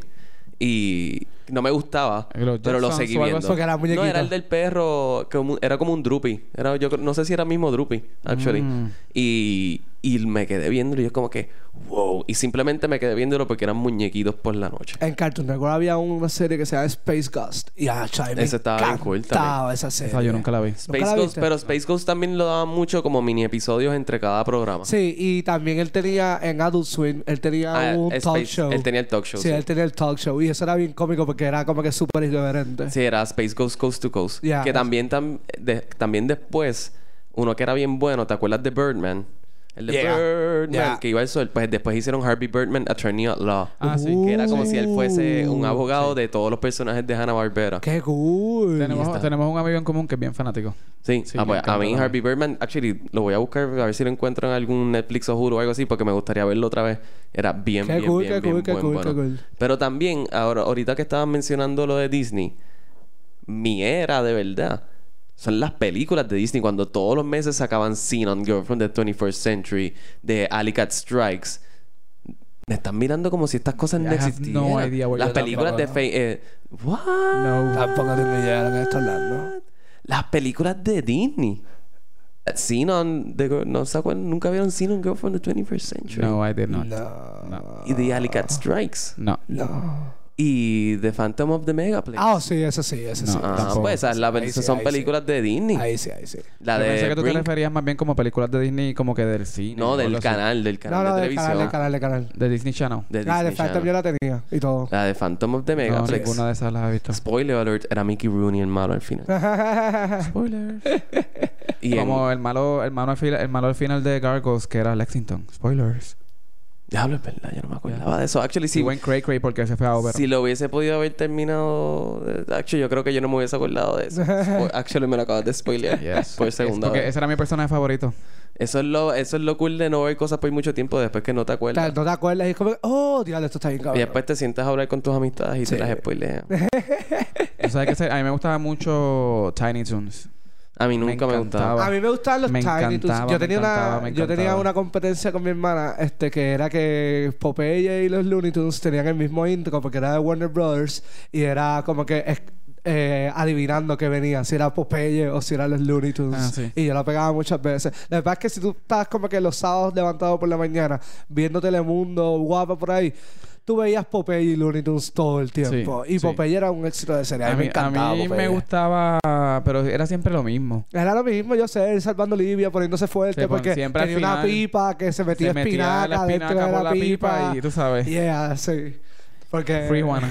Speaker 1: Y no me gustaba.
Speaker 3: Los
Speaker 1: pero lo
Speaker 3: Jetsons
Speaker 1: seguí
Speaker 3: o algo
Speaker 1: viendo.
Speaker 3: así.
Speaker 2: Porque era
Speaker 1: no,
Speaker 2: muñequito.
Speaker 1: era el del perro. que mu- era como un droopy. Era, yo creo- no sé si era el mismo droopy, actually.
Speaker 3: Mm.
Speaker 1: Y, y me quedé viéndolo. Y yo como que... Wow. Y simplemente me quedé viéndolo porque eran muñequitos por la noche.
Speaker 2: En Cartoon Network había una serie que se llama Space Ghost. Y ah, chai, me
Speaker 1: Esa estaba bien cool también.
Speaker 2: encantaba esa serie.
Speaker 3: Esa yo nunca la vi.
Speaker 1: Space
Speaker 2: ¿Nunca la
Speaker 1: Ghost,
Speaker 2: viste?
Speaker 1: pero Space Ghost también lo daban mucho como mini episodios entre cada programa.
Speaker 2: Sí, y también él tenía en Adult Swim, él tenía
Speaker 1: Ah,
Speaker 2: un
Speaker 1: Space-
Speaker 2: talk show.
Speaker 1: Él tenía el talk show.
Speaker 2: sí,
Speaker 1: Sí,
Speaker 2: él tenía el talk show. Y eso era bien cómico porque era como que súper irreverente.
Speaker 1: Sí, era Space Ghost Coast to Coast.
Speaker 2: Yeah.
Speaker 1: que también, tam- de- también después, uno que era bien bueno, ¿te acuerdas de Birdman? El de
Speaker 2: Yeah.
Speaker 1: Birdman,
Speaker 2: Yeah.
Speaker 1: que iba al sol. Pues después hicieron Harvey Birdman, Attorney at Law.
Speaker 3: Ah, sí.
Speaker 1: Que era como si él fuese un
Speaker 2: Uh,
Speaker 1: abogado de todos los personajes de Hanna-Barbera.
Speaker 2: ¡Qué cool!
Speaker 3: Tenemos, tenemos un amigo en común que es bien fanático.
Speaker 1: Sí,
Speaker 3: Sí,
Speaker 1: ah,
Speaker 3: me
Speaker 1: pues, a
Speaker 3: encanta
Speaker 1: mí
Speaker 3: también.
Speaker 1: Harvey Birdman, actually, lo voy a buscar a ver si lo encuentro en algún Netflix o Hulu o algo así, porque me gustaría verlo otra vez. Era bien,
Speaker 2: Qué
Speaker 1: bien,
Speaker 2: cool,
Speaker 1: bien,
Speaker 2: qué
Speaker 1: bien
Speaker 2: cool, qué
Speaker 1: buen,
Speaker 2: cool,
Speaker 1: bueno.
Speaker 2: qué cool.
Speaker 1: Pero también, ahora, ahorita que estaban mencionando lo de Disney, mi era de verdad son las películas de Disney cuando todos los meses sacaban Scene on Girl from the 21st Century, de Alicat Strikes. Me están mirando como si estas cosas
Speaker 3: I
Speaker 1: no
Speaker 3: have no
Speaker 1: existieran.
Speaker 3: idea what
Speaker 1: las
Speaker 3: you're talking
Speaker 1: películas de...
Speaker 2: about.
Speaker 1: fe- eh, what?
Speaker 2: Tampoco te me llegaron a estos lados, ¿no?
Speaker 1: Las películas de Disney. Scene on the Girl- no se acuerdan, nunca vieron Scene on Girl from the 21st Century.
Speaker 3: No, I did not.
Speaker 2: No.
Speaker 1: Y The Alicat Strikes.
Speaker 3: No.
Speaker 2: No.
Speaker 1: Y The Phantom of the Megaplex.
Speaker 2: Ah, sí, eso sí, eso
Speaker 3: No,
Speaker 2: sí.
Speaker 1: Ah,
Speaker 3: tampoco.
Speaker 1: pues esas la-
Speaker 2: Ahí sí,
Speaker 1: son
Speaker 2: ahí
Speaker 1: películas de Disney.
Speaker 2: Ahí sí, ahí sí.
Speaker 1: La
Speaker 3: Yo
Speaker 1: de
Speaker 3: pensé que tú te
Speaker 1: Brink.
Speaker 3: referías más bien como películas de Disney como que del cine. o
Speaker 1: No, del
Speaker 3: algo así.
Speaker 1: canal, del canal
Speaker 2: No, no,
Speaker 1: de
Speaker 2: del
Speaker 1: televisión.
Speaker 2: canal, del canal, del canal.
Speaker 3: De Disney Channel.
Speaker 1: De
Speaker 2: Ah, de
Speaker 1: Disney
Speaker 2: Phantom
Speaker 1: Channel.
Speaker 2: yo la tenía y todo.
Speaker 1: La de Phantom of the
Speaker 3: no,
Speaker 1: Megaplex.
Speaker 3: ninguna de esas las he visto.
Speaker 1: Spoiler alert, era Mickey Rooney el malo al final.
Speaker 3: Spoilers.
Speaker 1: Y en-
Speaker 3: Como el malo, el malo al final, el malo al final de Gargoyles que era Lexington. Spoilers.
Speaker 1: Diablo, es verdad, yo no me acordaba de eso. Actually,
Speaker 3: Sí,
Speaker 1: sí,
Speaker 3: buen Cray Cray porque se fue a Over.
Speaker 1: Si lo hubiese podido haber terminado. de- Actually, yo creo que yo no me hubiese acordado de eso. Spo- Actually, me lo acabas de spoilear
Speaker 3: Yes.
Speaker 1: por
Speaker 3: Es
Speaker 1: segunda
Speaker 3: porque
Speaker 1: vez.
Speaker 3: ese era mi personaje favorito.
Speaker 1: Eso es, lo, eso es lo cool de no ver cosas por mucho tiempo después que no te
Speaker 2: O sea,
Speaker 1: acuerdas.
Speaker 2: No te acuerdas y es como, que, oh, diablo, esto está bien
Speaker 1: Y
Speaker 2: cabrón.
Speaker 1: después te sientas a hablar con tus amistades y
Speaker 2: Sí.
Speaker 1: te las spoilean.
Speaker 3: Tú sabes que ese- a mí me gustaba mucho Tiny Toons.
Speaker 1: A mí nunca me,
Speaker 3: Me
Speaker 1: gustaba.
Speaker 3: encantaba.
Speaker 2: A mí me gustaban los
Speaker 3: Me
Speaker 2: Tiny Toons.
Speaker 3: encantaba,
Speaker 2: Yo
Speaker 3: me
Speaker 2: tenía, una,
Speaker 3: encantaba, me
Speaker 2: yo tenía
Speaker 3: encantaba.
Speaker 2: una competencia con mi hermana este, que era que Popeye y los Looney Tunes tenían el mismo intro porque era de Warner Brothers y era como que es- eh, adivinando qué venía, si era Popeye o si eran los Looney Tunes.
Speaker 3: Ah, sí.
Speaker 2: Y yo la pegaba muchas veces. La verdad es que si tú estás como que los sábados levantado por la mañana viendo Telemundo, guapa por ahí. tú veías Popeye y Looney Tunes todo el tiempo.
Speaker 3: Sí,
Speaker 2: y
Speaker 3: sí.
Speaker 2: Popeye era un éxito de serie. A
Speaker 3: A
Speaker 2: mí, me
Speaker 3: mí, a
Speaker 2: encantaba pues.
Speaker 3: mí me
Speaker 2: Popeye.
Speaker 3: gustaba, pero era siempre lo mismo.
Speaker 2: Era lo mismo, yo sé, él salvando Libia, poniéndose fuerte,
Speaker 3: Sí, pon-
Speaker 2: porque
Speaker 3: siempre al
Speaker 2: tenía una
Speaker 3: final
Speaker 2: pipa que se metía
Speaker 3: Se metía
Speaker 2: espinaca
Speaker 3: la
Speaker 2: dentro de
Speaker 3: espinaca
Speaker 2: la,
Speaker 3: por la pipa y tú sabes.
Speaker 2: Yeah, sí. Porque...
Speaker 3: Free Juana.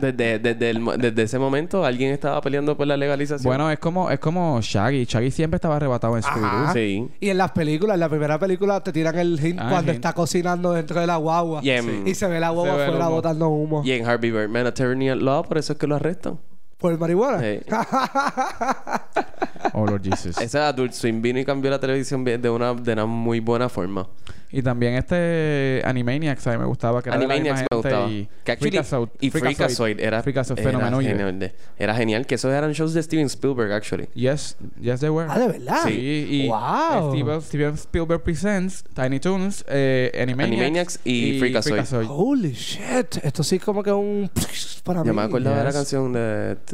Speaker 1: Desde, desde, el mo- desde ese momento, alguien estaba peleando por la legalización.
Speaker 3: Bueno, es como, es como Shaggy. Shaggy siempre estaba arrebatado en Scooby-Doo.
Speaker 2: Ajá.
Speaker 1: sí.
Speaker 2: Y en las películas, en la primera película te tiran el hint
Speaker 3: Ah,
Speaker 2: cuando
Speaker 3: hint.
Speaker 2: está cocinando dentro de la guagua.
Speaker 1: Y en,
Speaker 2: Y se ve la guagua
Speaker 3: Se ve el
Speaker 2: afuera
Speaker 3: humo.
Speaker 2: botando humo.
Speaker 1: y en Harvey Birdman, Attorney at Law, por eso es que lo arrestan.
Speaker 2: ¿Por marihuana?
Speaker 1: Sí.
Speaker 2: Ah.
Speaker 3: Oh, Lord Jesus.
Speaker 1: Ese Adult Swim vino y cambió la televisión bien- de una, de una muy buena forma.
Speaker 3: Y también este Animaniacs, a mí me gustaba. Que era de la
Speaker 1: Animaniacs me
Speaker 3: misma
Speaker 1: gustaba.
Speaker 3: gente Y
Speaker 1: que actually,
Speaker 3: Freakazoid.
Speaker 1: y Freakazoid era,
Speaker 3: Freakazoid,
Speaker 1: era
Speaker 3: fenomenoide.
Speaker 1: genial de- era genial, que esos eran shows de Steven Spielberg, actually.
Speaker 3: Yes, yes they were.
Speaker 2: Ah, ¿de verdad?
Speaker 3: Sí, y eh,
Speaker 2: Wow.
Speaker 3: Steven, Steven Spielberg Presents, Tiny Toons, eh, Animaniacs,
Speaker 1: Animaniacs y Freakazoid.
Speaker 2: Holy shit. Esto sí es como que un... Para
Speaker 1: Yo
Speaker 2: mí.
Speaker 1: me acordaba de la
Speaker 3: yes.
Speaker 1: canción de... t-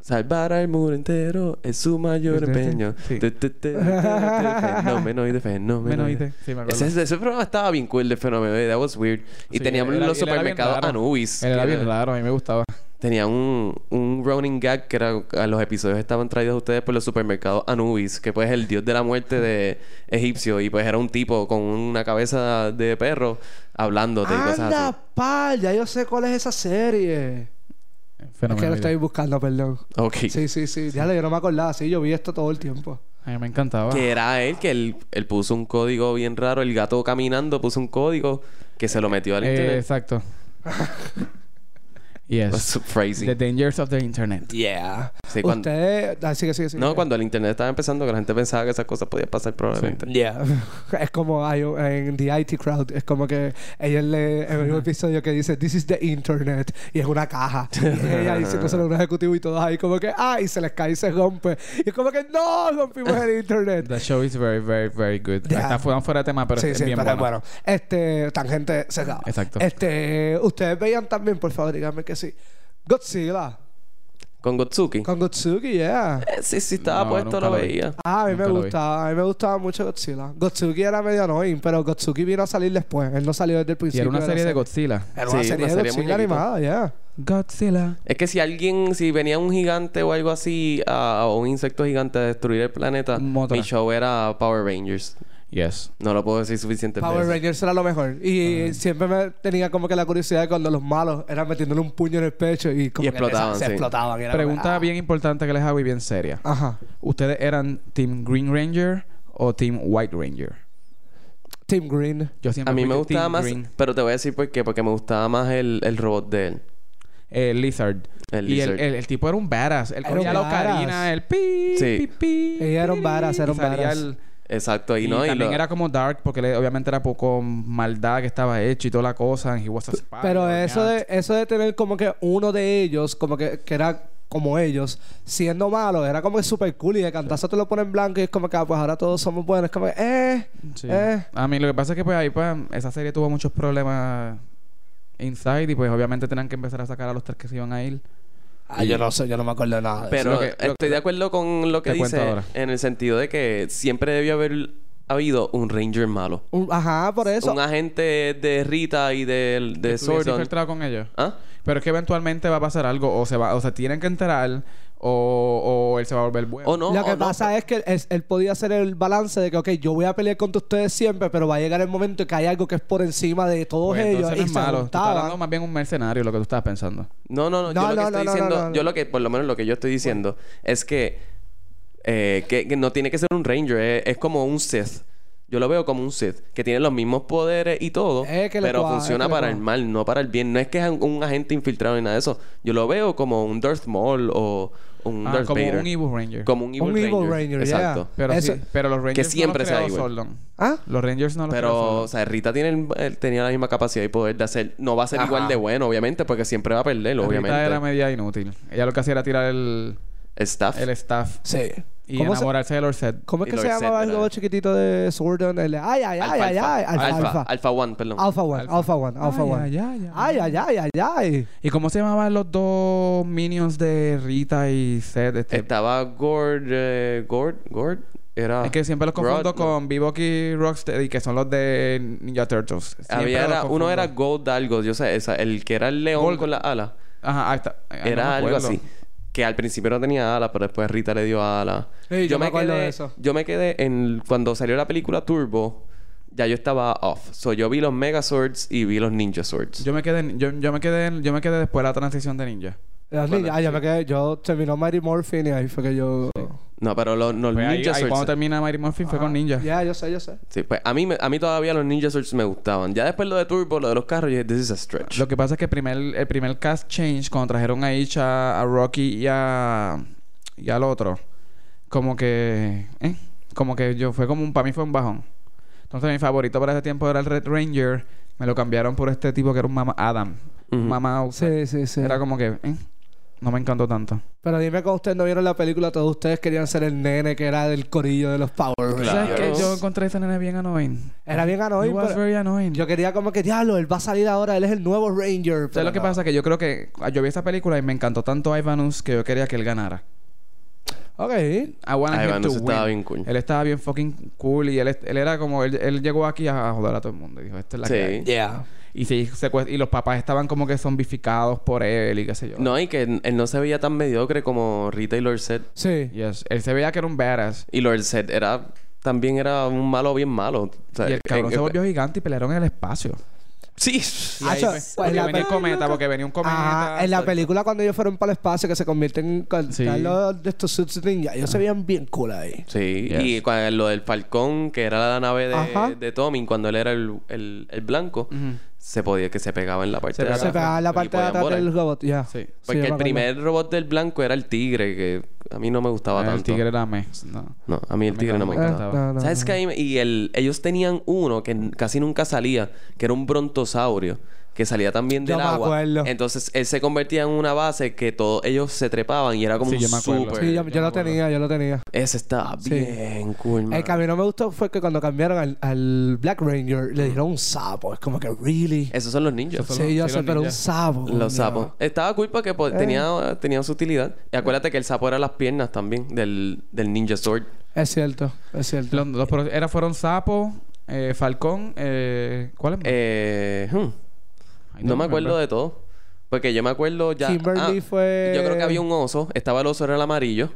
Speaker 1: Salvar al mundo entero es su mayor
Speaker 3: Desde-
Speaker 1: empeño.
Speaker 3: sí.
Speaker 1: Tu, tu, tu, tu, tu, tu, Fenomenoide, fenomenoide.
Speaker 3: Menoide. Sí, me acuerdo.
Speaker 1: Oh, Ese, ese programa estaba bien cool de fenomenoide. That was weird. Y
Speaker 3: Sí,
Speaker 1: teníamos
Speaker 3: él era-
Speaker 1: los
Speaker 3: él era bien
Speaker 1: supermercados
Speaker 3: raro.
Speaker 1: Anubis.
Speaker 3: Él Era
Speaker 1: que
Speaker 3: bien raro, a mí me gustaba.
Speaker 1: Tenía un, un running gag que era... a Los episodios estaban traídos a ustedes por los supermercados Anubis. Que pues es el dios de la muerte de egipcio. Y pues era un tipo con una cabeza de perro hablándote y cosas así.
Speaker 2: Anda, pa, ya yo sé cuál es esa serie. Es que
Speaker 3: Fenomenoide.
Speaker 2: lo estoy buscando, perdón.
Speaker 1: Ok.
Speaker 2: Sí, sí, sí. Ya yo no me acordaba. Sí, yo vi esto todo el tiempo.
Speaker 3: A mí me encantaba.
Speaker 1: Que era él, que él, él puso un código bien raro. El gato caminando puso un código que se lo metió al
Speaker 3: Eh,
Speaker 1: internet.
Speaker 3: exacto. yes.
Speaker 1: That's crazy.
Speaker 3: The dangers of the internet.
Speaker 1: Yeah. Sí, cuando-
Speaker 2: Ustedes... Ah, sigue, sigue, sigue.
Speaker 1: No, cuando el internet estaba empezando, que la gente pensaba que esas cosas podían pasar probablemente.
Speaker 2: Yeah. es como hay un- en The IT Crowd. Es como que ella le, en el mismo episodio que dice This is the internet. Y es una caja. Y ella diciéndoselo a un ejecutivo y todos ahí como que ah, y se les cae y se rompe. Y es como que no rompimos el internet.
Speaker 3: The show is very, very, very good.
Speaker 2: Ya.
Speaker 3: Está fuera, fuera de tema, pero
Speaker 2: sí,
Speaker 3: es
Speaker 2: sí,
Speaker 3: bien
Speaker 2: pero
Speaker 3: bueno.
Speaker 2: bueno. Este, tangente cerrada.
Speaker 3: Exacto.
Speaker 2: Este, ustedes veían también, por favor, díganme que sí. Godzilla.
Speaker 1: Con Gotsuki.
Speaker 2: Con Gotsuki, yeah.
Speaker 1: Eh, sí, sí, estaba
Speaker 3: No,
Speaker 1: puesto,
Speaker 3: nunca
Speaker 1: lo
Speaker 3: lo vi.
Speaker 1: veía.
Speaker 2: Ah, a mí
Speaker 3: Nunca
Speaker 2: me
Speaker 3: lo vi.
Speaker 2: gustaba, a mí me gustaba mucho Godzilla. Gotsuki era medio annoying, pero Gotsuki vino a salir después. Él no salió desde el
Speaker 3: Y
Speaker 2: principio.
Speaker 3: era una
Speaker 2: la
Speaker 3: serie de Godzilla.
Speaker 2: Era una
Speaker 1: Sí,
Speaker 2: serie
Speaker 1: una
Speaker 2: de
Speaker 1: serie
Speaker 2: Godzilla
Speaker 1: muñequito.
Speaker 2: animada, ya.
Speaker 3: Godzilla.
Speaker 1: Es que si alguien, si venía un gigante o algo así, a- o un insecto gigante a destruir el planeta,
Speaker 3: Un Mothra.
Speaker 1: mi show era Power Rangers.
Speaker 3: Yes.
Speaker 1: No lo puedo decir suficientes
Speaker 2: Power
Speaker 1: veces.
Speaker 2: Rangers era lo mejor. Y siempre me tenía como que la curiosidad de cuando los malos eran metiéndole un puño en el pecho y como
Speaker 1: Y
Speaker 2: que
Speaker 1: explotaban,
Speaker 2: se, se
Speaker 1: sí.
Speaker 2: explotaban. Era como,
Speaker 3: Pregunta
Speaker 2: ah.
Speaker 3: bien importante que les hago y bien seria.
Speaker 2: Ajá.
Speaker 3: ¿Ustedes eran Team Green Ranger o Team White Ranger?
Speaker 2: Team Green.
Speaker 3: Yo siempre
Speaker 1: A mí
Speaker 3: fui
Speaker 1: me
Speaker 3: Team
Speaker 1: gustaba más,
Speaker 3: Green.
Speaker 1: pero te voy a decir por qué, porque me gustaba más el, el robot de él.
Speaker 3: Eh, Lizard.
Speaker 1: El
Speaker 3: y el,
Speaker 1: Lizard.
Speaker 3: el- el tipo era un badass. Él
Speaker 2: Era
Speaker 3: cogía
Speaker 2: un
Speaker 3: la
Speaker 2: badass.
Speaker 3: ocarina, el pi,
Speaker 1: Sí.
Speaker 3: pi, pi.
Speaker 2: Ella era un badass, era un
Speaker 3: y salía
Speaker 2: badass.
Speaker 3: el-
Speaker 1: Exacto, y,
Speaker 3: y
Speaker 1: no, y
Speaker 3: también
Speaker 1: lo-
Speaker 3: era como dark porque le- obviamente era poco maldad que estaba hecho y toda la cosa. and he was a spy,
Speaker 2: Pero
Speaker 3: yeah.
Speaker 2: eso de, eso de tener como que uno de ellos, como que, que era como ellos, siendo malo, era como que super cool y de cantazo te lo ponen blanco y es como que ah, pues ahora todos somos buenos. Es como que, eh,
Speaker 3: Sí.
Speaker 2: eh.
Speaker 3: A mí lo que pasa es que pues ahí pues esa serie tuvo muchos problemas inside y pues obviamente tenían que empezar a sacar a los tres que se iban a ir.
Speaker 2: Ah, yo no sé, yo no me acuerdo de nada. de
Speaker 1: Pero
Speaker 3: Lo que- lo
Speaker 1: estoy
Speaker 3: que-
Speaker 1: de acuerdo con lo que
Speaker 3: te cuento
Speaker 1: dice
Speaker 3: ahora.
Speaker 1: en el sentido de que siempre debió haber habido un ranger malo.
Speaker 2: eso. Un- ajá, por eso.
Speaker 1: Un agente de Rita y de, de
Speaker 3: Estuviese
Speaker 1: Zordon.
Speaker 3: infiltrado con ellos.
Speaker 1: ¿Ah?
Speaker 3: Pero es que eventualmente va a pasar algo o se va, o se tienen que enterar o, o él se va a volver bueno.
Speaker 1: O no.
Speaker 2: Lo que
Speaker 1: o no.
Speaker 2: pasa es que es- él podía hacer el balance de que, ok, yo voy a pelear contra ustedes siempre, pero va a llegar el momento que hay algo que es por encima de todos
Speaker 3: Pues
Speaker 2: ellos
Speaker 3: entonces no
Speaker 2: y
Speaker 3: es
Speaker 2: se
Speaker 3: malo. Tú estás hablando
Speaker 2: juntaban.
Speaker 3: más bien un mercenario lo que tú estabas pensando.
Speaker 1: No, no, no.
Speaker 2: No,
Speaker 1: yo lo
Speaker 2: no,
Speaker 1: que
Speaker 2: no,
Speaker 1: estoy
Speaker 2: no,
Speaker 1: diciendo,
Speaker 2: no, no.
Speaker 1: yo lo que, por lo menos lo que yo estoy diciendo es que, eh, que, que no tiene que ser un ranger, eh, es, es como un Sith. Yo lo veo como un Sith, que tiene los mismos poderes y todo,
Speaker 2: Es que le
Speaker 1: pero
Speaker 2: cuadra,
Speaker 1: funciona
Speaker 2: es que le
Speaker 1: para el
Speaker 2: cuadra.
Speaker 1: mal, no para el bien. No es que es un, un agente infiltrado ni nada de eso. Yo lo veo como un Darth Maul o un
Speaker 3: Ah,
Speaker 1: Darth
Speaker 3: como
Speaker 1: Vader.
Speaker 3: un Evil Ranger.
Speaker 1: Como un Evil
Speaker 2: Un
Speaker 1: Ranger.
Speaker 2: Evil Ranger, ya.
Speaker 1: Exacto.
Speaker 3: Pero,
Speaker 2: Eso-
Speaker 3: sí, pero los Rangers
Speaker 1: Que
Speaker 3: no los
Speaker 1: siempre sea
Speaker 3: creó
Speaker 1: igual.
Speaker 3: Zordon.
Speaker 2: ¿Ah?
Speaker 3: Los Rangers no los creó
Speaker 1: Pero,
Speaker 3: Zordon.
Speaker 1: o sea, Rita tiene el- él tenía la misma capacidad y poder de hacer. No va a ser
Speaker 2: Ajá.
Speaker 1: igual de bueno, obviamente, porque siempre va a perderlo,
Speaker 3: Rita
Speaker 1: obviamente.
Speaker 3: era media inútil. Ella lo que hacía era tirar el,
Speaker 1: Staff.
Speaker 3: el staff
Speaker 2: Sí.
Speaker 3: y
Speaker 2: ¿Cómo se,
Speaker 3: enamorarse de Lord Set.
Speaker 2: cómo es
Speaker 1: Y
Speaker 2: que
Speaker 1: lo
Speaker 2: se
Speaker 1: etcétera.
Speaker 2: llamaba el lobo chiquitito de Swordon? El, ay, ay, ay, ay, ay,
Speaker 1: Alpha.
Speaker 2: alfa.
Speaker 1: Alpha One, perdón.
Speaker 2: Alpha One, Alpha One, Alpha
Speaker 3: Ay,
Speaker 2: One.
Speaker 3: ay, ay, ay.
Speaker 2: Ay, ay, ay, ay, ay.
Speaker 3: ¿Y cómo se llamaban los dos minions de Rita y Seth? Este,
Speaker 1: Estaba Gord. eh, Gord. Gord. Era.
Speaker 3: Es que siempre los confundo
Speaker 1: Rod,
Speaker 3: con Bebop y Rocksteady, que son los de Ninja Turtles. Siempre
Speaker 1: Había
Speaker 3: los
Speaker 1: era- uno
Speaker 3: confundo.
Speaker 1: era Gold algo, yo sé, esa, el que era el león
Speaker 3: Gold.
Speaker 1: con las alas.
Speaker 3: Ajá, ahí está. Ay, no me
Speaker 1: Era algo
Speaker 3: acuerdo.
Speaker 1: así. Que al principio no tenía alas, pero después Rita le dio alas.
Speaker 2: Ey, yo me acuerdo de eso.
Speaker 1: Yo me quedé en... Cuando salió la película Turbo, ya yo estaba off. So, yo vi los Mega Swords y vi los Ninja Swords.
Speaker 3: Yo me quedé, en- yo, yo me quedé, en- yo me quedé después de la transición de Ninja.
Speaker 2: Las niñas, ah, yo me quedé, yo terminó Mary Morphin y ahí fue que yo.
Speaker 1: No, pero los, los
Speaker 3: Fue Pues ahí-
Speaker 1: Ninja Ah.
Speaker 3: ahí,
Speaker 1: Swords...
Speaker 3: cuando termina Mary Morphin fue con Ninja.
Speaker 2: Ya, yo sé, yo sé.
Speaker 1: Sí, pues a mí, me- a mí todavía los Ninja Swords me gustaban. Ya después lo de Turbo, lo de los carros, yo dije, this is a stretch.
Speaker 3: Lo que pasa es que el primer, el primer cast change, cuando trajeron a Isha, a Rocky y a. y al otro, como que. ¿eh? Como que yo fue como un. Para mí fue un bajón. Entonces mi favorito para ese tiempo era el Red Ranger. Me lo cambiaron por este tipo que era un mamá Adam.
Speaker 1: Ujú.
Speaker 3: Un mamá.
Speaker 2: Sí, sí, sí.
Speaker 3: Era como que. ¿eh? No me encantó tanto.
Speaker 2: Pero dime que ustedes no vieron la película, todos ustedes querían ser el nene que era del corillo de los Power Rangers.
Speaker 1: Claro.
Speaker 3: ¿Sabes que Yo encontré a ese nene bien annoying.
Speaker 2: Era bien
Speaker 3: He
Speaker 2: annoying,
Speaker 3: was
Speaker 2: pero
Speaker 3: very annoying.
Speaker 2: yo quería como que, diablo, él va a salir ahora, él es el nuevo Ranger.
Speaker 3: ¿Sabes lo que pasa? Que yo creo que ah, yo vi esa película y me encantó tanto Ivanus que yo quería que él ganara.
Speaker 2: Ok.
Speaker 3: I wanna him
Speaker 1: Ivanus
Speaker 3: to
Speaker 1: estaba
Speaker 3: win.
Speaker 1: bien cool.
Speaker 3: Él estaba bien fucking cool y él, est- él era como... Él, él llegó aquí a joder a todo el mundo. Y dijo, esta es la que hay".
Speaker 1: Sí.
Speaker 2: Yeah.
Speaker 3: Y, se, se cuest- y los papás estaban como que zombificados por él y qué sé yo.
Speaker 1: No, y que n- él no se veía tan mediocre como Rita y Lord Set.
Speaker 2: Sí.
Speaker 3: Yes. Él se veía que era un badass.
Speaker 1: Y Lord Set era... También era un malo bien malo. O sea,
Speaker 3: Y el cabrón
Speaker 1: en-
Speaker 3: se volvió gigante y pelearon en el espacio.
Speaker 1: Sí.
Speaker 3: Y ahí
Speaker 2: Hacho,
Speaker 3: fue-
Speaker 2: pues,
Speaker 3: porque
Speaker 2: la Ah,
Speaker 3: venía el
Speaker 2: pe-
Speaker 3: cometa, porque venía un cometa.
Speaker 2: Ajá, en la película cuando ellos fueron para el espacio que se convierten en con-
Speaker 3: Sí.
Speaker 2: están los de estos suits ninja, ellos se veían bien cool ahí.
Speaker 1: Sí,
Speaker 3: Yes.
Speaker 1: y cuando lo del Falcón, que era la nave
Speaker 2: Ajá.
Speaker 1: de, de Tommy, cuando él era el, el- el blanco,
Speaker 3: Ujú.
Speaker 1: se podía que se pegaba en la parte
Speaker 3: Se
Speaker 1: de atrás.
Speaker 3: pegaba.
Speaker 2: Se pegaba en la
Speaker 1: y
Speaker 2: parte de
Speaker 1: podían
Speaker 2: atrás
Speaker 1: volar.
Speaker 2: del robot, ya.
Speaker 3: Sí.
Speaker 2: Sí,
Speaker 1: Porque
Speaker 2: yo me
Speaker 1: el
Speaker 2: acuerdo.
Speaker 1: primer robot del blanco era el tigre, que a mí no me gustaba
Speaker 3: Ah, El
Speaker 1: tanto.
Speaker 3: tigre era mes. No.
Speaker 1: No, a mí el
Speaker 3: Me
Speaker 1: tigre no me
Speaker 3: encanta,
Speaker 2: Ah,
Speaker 1: gustaba.
Speaker 3: encantaba.
Speaker 2: no, no,
Speaker 1: ¿Sabes qué? A mí me- Y el, ellos tenían uno que n- casi nunca salía, que era un brontosaurio, que salía también
Speaker 2: Yo
Speaker 1: del
Speaker 2: me
Speaker 1: agua.
Speaker 2: acuerdo.
Speaker 1: Entonces, él se convertía en una base que todos ellos se trepaban y era como
Speaker 3: Sí,
Speaker 1: un
Speaker 3: yo me acuerdo.
Speaker 1: super...
Speaker 2: Sí, yo,
Speaker 3: Yo
Speaker 2: yo
Speaker 3: me
Speaker 2: lo
Speaker 3: acuerdo.
Speaker 2: tenía, yo lo tenía.
Speaker 1: Ese estaba
Speaker 2: Sí.
Speaker 1: bien cool, man.
Speaker 2: El que a mí no me gustó fue que cuando cambiaron al, al Black Ranger le dieron un sapo. Es como que, really.
Speaker 1: Esos son los ninjas.
Speaker 3: Esos son
Speaker 2: sí, yo
Speaker 3: sí,
Speaker 2: sé,
Speaker 3: los
Speaker 2: pero un
Speaker 3: ninjas.
Speaker 2: sapo. coño.
Speaker 1: Los sapos. Estaba culpa que pues, tenía, tenía su utilidad. Y acuérdate que el sapo era las piernas también del, del Ninja Sword.
Speaker 2: Es cierto, es cierto.
Speaker 3: Los, los pro- era, fueron Sapo, eh, Falcón... Eh, ¿Cuál es? más?
Speaker 1: Eh, hmm,
Speaker 3: I
Speaker 1: no
Speaker 3: don't
Speaker 1: me acuerdo
Speaker 3: remember.
Speaker 1: de todo. Porque yo me acuerdo ya...
Speaker 2: Kimberly
Speaker 1: ah,
Speaker 2: fue-
Speaker 1: Yo creo que había un oso. Estaba el oso, era el amarillo.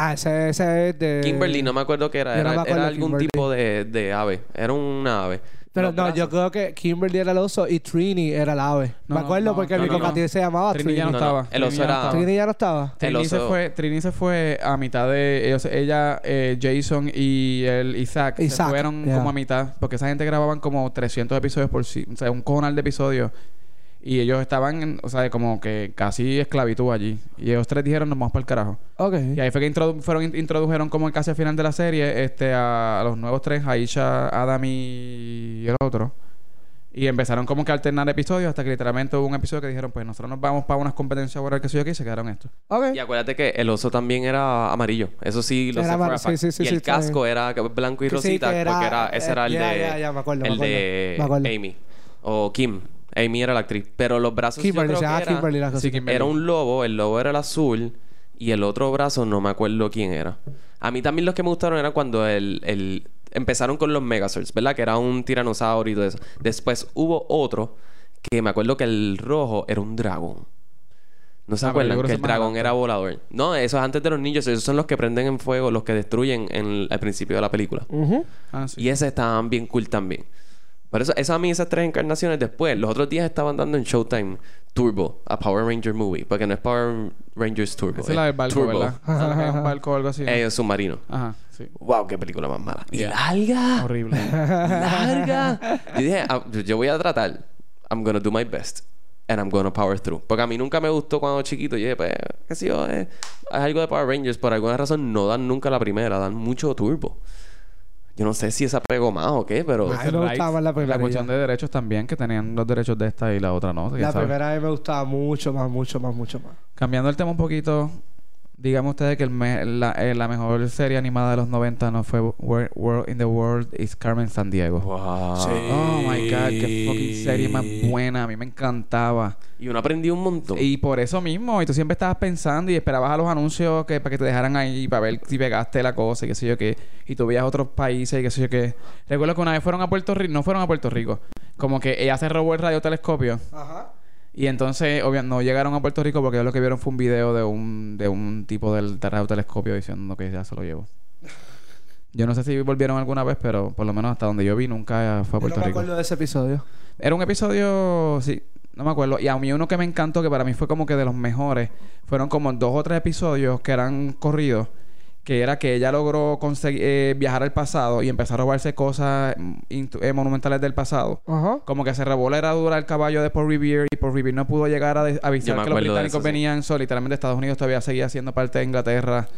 Speaker 2: Ah, ese, ese es de.
Speaker 1: Kimberly, no me acuerdo qué era.
Speaker 2: yo
Speaker 1: Era,
Speaker 2: no me acuerdo
Speaker 1: era
Speaker 2: de
Speaker 1: algún
Speaker 2: Kimberly.
Speaker 1: tipo de, de ave. Era una ave.
Speaker 2: Pero
Speaker 1: Los
Speaker 2: no,
Speaker 1: brazos-
Speaker 2: yo creo que Kimberly era el oso y Trini era el ave.
Speaker 3: No,
Speaker 2: me
Speaker 3: no,
Speaker 2: acuerdo
Speaker 3: no,
Speaker 2: porque
Speaker 3: no,
Speaker 2: mi
Speaker 1: no, no.
Speaker 2: compatriota se llamaba
Speaker 3: Trini
Speaker 2: Trini.
Speaker 3: ya no
Speaker 1: No, no,
Speaker 3: estaba.
Speaker 1: el
Speaker 3: Trini
Speaker 1: oso
Speaker 3: ya no
Speaker 1: era-
Speaker 3: estaba.
Speaker 2: Trini ya no estaba.
Speaker 1: El
Speaker 3: Trini se
Speaker 1: oso-
Speaker 3: fue, Trini se fue a mitad de ellos, ella, eh, Jason y el Isaac,
Speaker 2: Isaac,
Speaker 3: se fueron
Speaker 2: yeah.
Speaker 3: como a mitad, porque esa gente grababan como 300 episodios por sí, o sea, un cojonal de episodios. Y ellos estaban, en- o sea, como que casi esclavitud allí. Y ellos tres dijeron, nos vamos para el carajo.
Speaker 2: Ok.
Speaker 3: Y ahí fue que introdu- fueron, in- introdujeron como casi al final de la serie este, a, a los nuevos tres, Aisha, Adam y el otro. Y empezaron como que a alternar episodios hasta que literalmente hubo un episodio que dijeron, pues nosotros nos vamos para unas competencias oral que soy aquí y se quedaron esto.
Speaker 2: Ok.
Speaker 1: Y acuérdate que el oso también era amarillo. Eso sí lo
Speaker 2: Era
Speaker 1: sé for a
Speaker 2: amarillo,
Speaker 1: fact.
Speaker 2: sí, sí, sí,
Speaker 1: Y
Speaker 2: sí,
Speaker 1: el
Speaker 2: está bien.
Speaker 1: casco era blanco y
Speaker 2: Que sí,
Speaker 1: rosita.
Speaker 2: que era- eh,
Speaker 1: porque era, ese era el
Speaker 2: ya,
Speaker 1: de...
Speaker 2: ya, ya, me acuerdo, me
Speaker 1: el
Speaker 2: acuerdo,
Speaker 1: de
Speaker 2: me acuerdo.
Speaker 1: Amy. O Kim. Amy era la actriz. Pero los brazos yo
Speaker 2: Kimberly,
Speaker 1: creo
Speaker 2: se llama
Speaker 1: que era-
Speaker 2: Kimberly la
Speaker 3: Sí,
Speaker 2: cosita.
Speaker 3: Kimberly.
Speaker 1: Era un lobo. El lobo era el azul. Y el otro brazo no me acuerdo quién era. A mí también los que me gustaron era cuando el... el- Empezaron con los Megazords, ¿verdad? Que era un tiranosaurio y todo eso. Después hubo otro que me acuerdo que el rojo era un dragón. ¿No se
Speaker 3: Ah, pero yo
Speaker 1: acuerdan que
Speaker 3: creo que
Speaker 1: el
Speaker 3: eso es más
Speaker 1: dragón
Speaker 3: adelante.
Speaker 1: era volador? No, esos antes de los niños. Esos son los que prenden en fuego, los que destruyen en- al principio de la película.
Speaker 2: Ujú.
Speaker 3: Ah, sí.
Speaker 1: Y ese estaban bien cool también. Por eso, esa, a mí esas tres encarnaciones después, los otros días estaban dando en Showtime Turbo, a Power Ranger Movie, porque no es Power Rangers Turbo.
Speaker 3: Esa es la del barco,
Speaker 1: Turbo.
Speaker 3: ¿verdad? Ah, Esa es la que hay un barco o algo así. ¿no?
Speaker 1: Eh, el submarino.
Speaker 3: Ajá, sí.
Speaker 1: ¡Wow! ¡Qué película más mala! ¡Y
Speaker 3: Yeah.
Speaker 1: larga!
Speaker 3: Horrible.
Speaker 1: ¡Larga! yo dije, ah, yo- yo voy a tratar. I'm gonna do my best. And I'm gonna power through. Porque a mí nunca me gustó cuando chiquito. Yo dije, pues, qué sé yo, eh, es algo de Power Rangers. Por alguna razón no dan nunca la primera, dan mucho turbo. Yo no sé si esa pegó más o qué, pero.
Speaker 2: Ay, me
Speaker 3: Rights,
Speaker 2: gustaba más la primera
Speaker 3: La cuestión de derechos también, que tenían los derechos de esta y la otra no. ya
Speaker 2: La
Speaker 3: sabes.
Speaker 2: primera vez me gustaba mucho más, mucho más, mucho más.
Speaker 3: Cambiando el tema un poquito, Dígame ustedes que el me- la, eh, la mejor serie animada de los 90 no fue Wor- World in the World is Carmen San Diego.
Speaker 1: Wow.
Speaker 4: Sí.
Speaker 3: Oh my god, qué fucking serie más buena. A mí me encantaba.
Speaker 1: Y uno aprendió un montón.
Speaker 3: Y por eso mismo, y tú siempre estabas pensando y esperabas a los anuncios que, para que te dejaran ahí, para ver si pegaste la cosa y qué sé yo qué. Y tú veías otros países y qué sé yo qué. Recuerdo que una vez fueron a Puerto Rico, no fueron a Puerto Rico. Como que ella se robó el radiotelescopio.
Speaker 2: Ajá.
Speaker 3: Y entonces, obviamente, no llegaron a Puerto Rico porque ellos lo que vieron fue un video de un, de un tipo del radiotelescopio diciendo que ya se lo llevó. Yo no sé si volvieron alguna vez, pero por lo menos hasta donde yo vi nunca fue a
Speaker 2: Yo no
Speaker 3: Puerto
Speaker 2: me
Speaker 3: Rico.
Speaker 2: acuerdo de ese episodio.
Speaker 3: Era un episodio, sí, no me acuerdo. Y a mí uno que me encantó, que para mí fue como que de los mejores, fueron como dos o tres episodios que eran corridos, que era que ella logró conseguir eh, viajar al pasado y empezar a robarse cosas mm, intu- eh, monumentales del pasado.
Speaker 2: Ajá.
Speaker 3: Como que se robó la herradura del caballo de Paul Revere y Paul Revere no pudo llegar a de-
Speaker 1: Yo
Speaker 3: avisar
Speaker 1: me
Speaker 3: que los
Speaker 1: acuerdo de
Speaker 3: británicos
Speaker 1: eso, sí.
Speaker 3: venían solos. Literalmente Estados Unidos todavía seguía siendo parte de Inglaterra.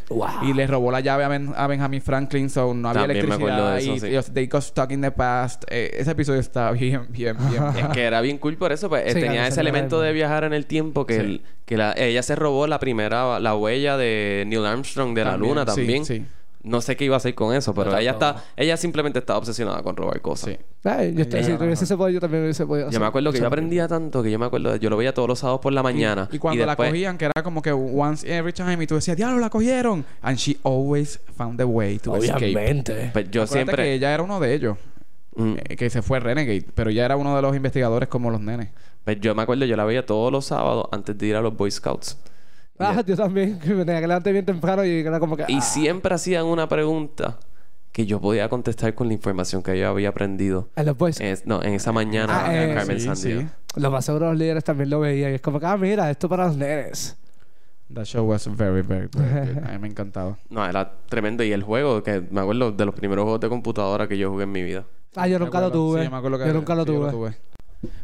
Speaker 3: Y le robó la llave a, Ben- a Benjamin Franklin, so no había
Speaker 1: También me acuerdo
Speaker 3: electricidad.
Speaker 1: de eso,
Speaker 3: y
Speaker 1: sí.
Speaker 3: ellos- they got stuck in the past. Eh, ese episodio está bien, bien, bien.
Speaker 1: Es que era bien cool por eso, pues eh,
Speaker 2: Sí,
Speaker 1: tenía
Speaker 2: claro,
Speaker 1: ese
Speaker 2: se le
Speaker 1: elemento
Speaker 2: da
Speaker 1: de
Speaker 2: igual.
Speaker 1: viajar en el tiempo que,
Speaker 3: Sí.
Speaker 1: el- que la- ella se robó la primera, la huella de Neil Armstrong de la luna
Speaker 3: sí,
Speaker 1: también.
Speaker 3: Sí,
Speaker 1: No sé qué iba a hacer con eso, pero
Speaker 4: Yo
Speaker 1: ella
Speaker 4: tampoco.
Speaker 1: está, ella simplemente estaba obsesionada con robar cosas.
Speaker 3: sí.
Speaker 2: Ay, yo estoy,
Speaker 3: Ella
Speaker 2: si
Speaker 3: no,
Speaker 2: tuviese
Speaker 3: no.
Speaker 2: ese poder, yo también hubiese podido
Speaker 1: Yo me
Speaker 2: hacer-
Speaker 1: acuerdo que yo
Speaker 2: hacer-
Speaker 1: aprendía tanto que yo me acuerdo, yo lo veía todos los sábados por la mañana.
Speaker 3: Y cuando la
Speaker 1: después-
Speaker 3: cogían, que era como que once every time, y tú decías, diablo, la cogieron. And she always found a way to escape.
Speaker 4: Obviamente.
Speaker 1: pues yo
Speaker 3: Acuérdate
Speaker 1: siempre.
Speaker 3: que ella era uno de ellos,
Speaker 1: Mm.
Speaker 3: eh, que se fue Renegade, pero ya era uno de los investigadores como los nenes.
Speaker 1: Pues yo me acuerdo, yo la veía todos los sábados antes de ir a los Boy Scouts.
Speaker 2: Ah, yo también. que Me tenía que levantar bien temprano y era como que...
Speaker 1: Y
Speaker 2: ah.
Speaker 1: siempre hacían una pregunta que yo podía contestar con la información que yo había aprendido.
Speaker 2: En los boys.
Speaker 1: Es- no, en esa mañana
Speaker 2: Ah,
Speaker 1: con
Speaker 2: eh,
Speaker 1: Carmen
Speaker 3: sí,
Speaker 1: Sandiego.
Speaker 3: sí.
Speaker 2: pues, Los más seguros los líderes también lo veían. Y es como que, ah, mira, esto para los nenes.
Speaker 3: That show was very, very, very good. A mí me encantaba.
Speaker 1: No, era tremendo. Y el juego, que me acuerdo de los primeros juegos de computadora que yo jugué en mi vida.
Speaker 2: Ah, yo nunca
Speaker 3: Me
Speaker 2: lo
Speaker 3: acuerdo-
Speaker 2: tuve.
Speaker 3: Sí, me acuerdo que-
Speaker 2: yo nunca lo
Speaker 3: sí,
Speaker 2: tuve.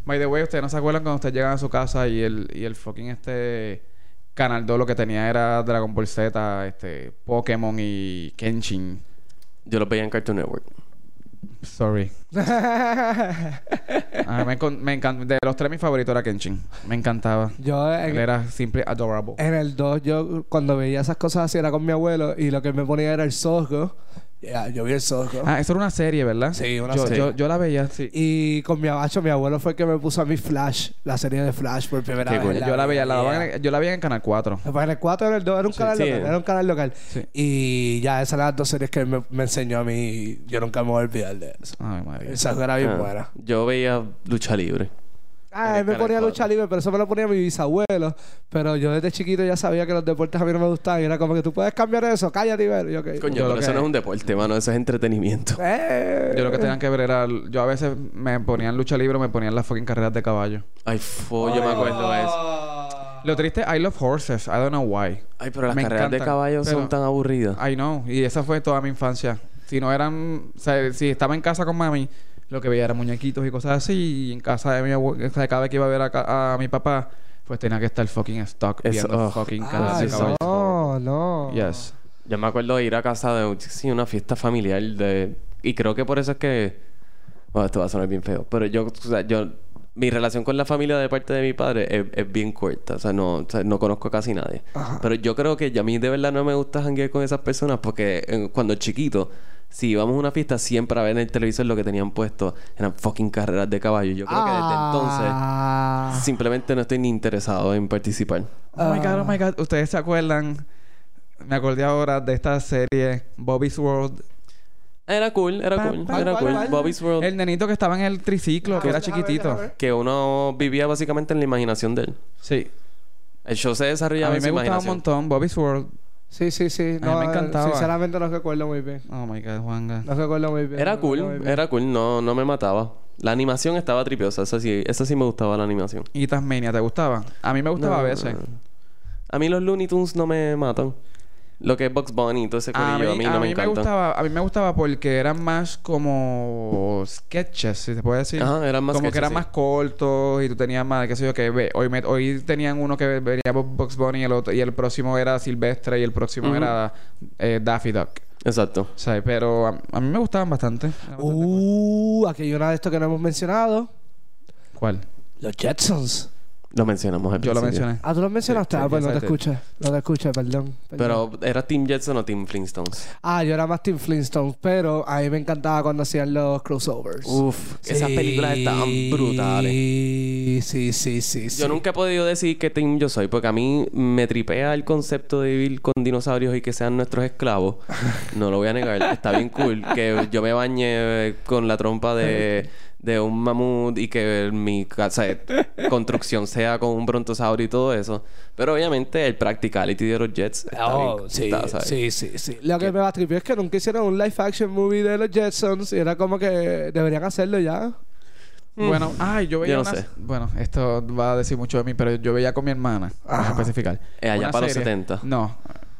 Speaker 3: By the way, ¿ustedes no se acuerdan cuando ustedes llegaban a su casa y el, y el fucking este Canal 2 lo que tenía era Dragon Ball Z, este, Pokémon y Kenshin?
Speaker 1: Yo los veía en Cartoon Network.
Speaker 3: Sorry. A mí me, con- me encanta. De los tres, mi favorito era Kenshin. Me encantaba.
Speaker 2: yo
Speaker 3: Él
Speaker 2: en,
Speaker 3: era simple adorable.
Speaker 2: en el 2, yo cuando veía esas cosas así era con mi abuelo y lo que me ponía era el sosgo. Ya, yo vi el sosgo.
Speaker 3: Ah, eso era una serie, ¿verdad?
Speaker 2: Sí, una
Speaker 3: yo,
Speaker 1: serie.
Speaker 3: Yo, yo la veía, sí.
Speaker 2: Y con mi abacho, mi abuelo fue el que me puso a mí Flash, la serie de Flash por primera
Speaker 1: Qué
Speaker 2: vez.
Speaker 1: cool.
Speaker 2: en
Speaker 3: yo la veía, la
Speaker 2: vida.
Speaker 3: daban en el- yo la veía en Canal 4.
Speaker 2: Pues en el 4 era el 2, era un canal
Speaker 1: sí.
Speaker 2: local, era un canal local.
Speaker 3: Sí.
Speaker 2: Y ya esas eran las dos series que me, me enseñó a mí y yo nunca me voy a olvidar de eso.
Speaker 3: Ay, madre.
Speaker 2: Esa era bien
Speaker 1: Ah,
Speaker 2: buena.
Speaker 1: Yo veía lucha libre.
Speaker 2: Ah,
Speaker 1: En
Speaker 2: él
Speaker 1: el
Speaker 2: me
Speaker 1: Canal
Speaker 2: ponía
Speaker 1: cuatro.
Speaker 2: lucha libre, pero eso me lo ponía mi bisabuelo. Pero yo desde chiquito ya sabía que los deportes a mí no me gustaban. Y era como que tú puedes cambiar eso, cállate y ver. Y yo, ok.
Speaker 1: Coño,
Speaker 3: Yo
Speaker 1: pero
Speaker 3: lo
Speaker 1: eso
Speaker 3: que-
Speaker 1: no es un deporte, mano. Eso es entretenimiento.
Speaker 2: Eh.
Speaker 3: Yo lo que tenían que ver era. Yo a veces me ponían lucha libre, me ponían las fucking carreras de caballo.
Speaker 1: Ay, fo, yo me acuerdo de eso.
Speaker 3: Lo triste, I love horses. I don't know why.
Speaker 1: Ay, pero las
Speaker 3: Me
Speaker 1: carreras de
Speaker 3: encantan,
Speaker 1: caballos son
Speaker 3: pero-
Speaker 1: tan aburridas.
Speaker 3: I know. Y esa fue toda mi infancia. Si no eran. O sea, si estaba en casa con mami, lo que veía era muñequitos y cosas así. Y en casa de mi abuelo, cada vez que iba a ver a, ca- a mi papá, pues tenía que estar fucking stock
Speaker 1: Eso,
Speaker 3: viendo
Speaker 1: ugh.
Speaker 3: fucking carreras
Speaker 2: Ah,
Speaker 3: de
Speaker 1: eso.
Speaker 3: caballo.
Speaker 2: no, no.
Speaker 3: Yes.
Speaker 1: Yo me acuerdo de ir a casa de un- sí, una fiesta familiar de... Y creo que por eso es que... Bueno, esto va a sonar bien feo. Pero yo, o sea, yo... Mi relación con la familia de parte de mi padre es, es bien corta. O sea, no, o sea, no conozco casi nadie. Pero yo creo que ya a mí de verdad no me gusta janguear con esas personas porque eh, cuando chiquito, si íbamos a una fiesta, siempre a ver en el televisor lo que tenían puesto eran fucking carreras de caballo. Yo creo
Speaker 3: Ah.
Speaker 1: que desde
Speaker 2: Ah.
Speaker 1: entonces simplemente no estoy ni interesado en participar.
Speaker 3: Oh my god, oh my god. ¿Ustedes se acuerdan? Me acordé ahora de esta serie Bobby's World.
Speaker 1: Era cool, era
Speaker 3: Pa,
Speaker 1: cool,
Speaker 3: pa,
Speaker 1: era
Speaker 3: pa,
Speaker 1: cool.
Speaker 3: pa.
Speaker 1: Bobby's World.
Speaker 3: El nenito que estaba en el triciclo, que era chiquitito.
Speaker 1: que uno vivía básicamente en la imaginación de él.
Speaker 3: Sí.
Speaker 1: El show se
Speaker 3: A
Speaker 1: desarrollaba
Speaker 3: mí
Speaker 1: en su
Speaker 3: me gustaba un
Speaker 1: imaginación.
Speaker 3: montón Bobby's World.
Speaker 2: Sí, sí, sí.
Speaker 3: A
Speaker 2: No,
Speaker 3: mí me encantaba.
Speaker 2: Sinceramente no recuerdo muy bien.
Speaker 3: Oh my god, Juanga.
Speaker 2: No recuerdo muy bien.
Speaker 1: Era
Speaker 2: no recuerdo muy
Speaker 1: cool,
Speaker 2: bien.
Speaker 1: era cool, no, no me mataba. La animación estaba tripiosa, esa sí, esa sí me gustaba la animación.
Speaker 3: Y Tasmania, ¿te gustaba? A mí me gustaba
Speaker 1: No,
Speaker 3: a veces.
Speaker 1: A mí los Looney Tunes no me matan. Lo que es Bugs Bunny y todo ese
Speaker 3: Ah, A mí,
Speaker 1: corillo, a mí,
Speaker 3: a
Speaker 1: no me
Speaker 3: mí me
Speaker 1: encanta.
Speaker 3: gustaba, a mí me gustaba porque eran más como sketches, si se puede decir.
Speaker 1: Ajá, eran más
Speaker 3: como que
Speaker 1: sketches,
Speaker 3: eran
Speaker 1: sí.
Speaker 3: más cortos y tú tenías más, qué sé yo, que ve- hoy, me- hoy tenían uno que venía Box Bunny y el, otro, y el próximo era Silvestre y el próximo
Speaker 1: Ujú.
Speaker 3: era eh, Daffy Duck.
Speaker 1: Exacto.
Speaker 3: O sea, pero a, a mí me gustaban bastante. Eran bastante cool.
Speaker 2: Uh, aquí hay una de esto que no hemos mencionado.
Speaker 3: ¿Cuál?
Speaker 2: Los Jetsons.
Speaker 1: Lo mencionamos al
Speaker 3: Yo lo
Speaker 1: principio.
Speaker 3: mencioné.
Speaker 2: Ah, tú lo mencionaste.
Speaker 3: Sí, sí,
Speaker 2: Ah, pues no te
Speaker 3: exacto.
Speaker 2: escuché. No te escuché, perdón. perdón.
Speaker 1: Pero, ¿era Team Jetson o Team Flintstones?
Speaker 2: Ah, yo era más Team Flintstones, pero a mí me encantaba cuando hacían los crossovers.
Speaker 1: Uf, esas
Speaker 2: Sí,
Speaker 1: películas estaban brutales.
Speaker 2: Sí, sí, sí, sí.
Speaker 1: Yo nunca he podido decir qué team yo soy, porque a mí me tripea el concepto de vivir con dinosaurios y que sean nuestros esclavos. No lo voy a negar, está bien cool que yo me bañe eh, con la trompa de, de un mamut y que mi casa construcción sea con un brontosaurio y todo eso. Pero obviamente el practicality de los jets está
Speaker 2: Oh,
Speaker 1: bien,
Speaker 2: sí,
Speaker 1: está, ¿sabes?
Speaker 2: sí, sí, sí. Lo que me va a tripear es que nunca hicieron un live action movie de los Jetsons y era como que deberían hacerlo ya.
Speaker 3: Bueno, ay, yo veía
Speaker 1: Yo no
Speaker 3: una-
Speaker 1: sé.
Speaker 3: Bueno, esto va a decir mucho de mí, pero yo veía con mi hermana, para
Speaker 2: Ajá.
Speaker 3: especificar.
Speaker 1: Eh, allá
Speaker 3: Una
Speaker 1: para los
Speaker 3: serie-
Speaker 1: 70.
Speaker 3: No,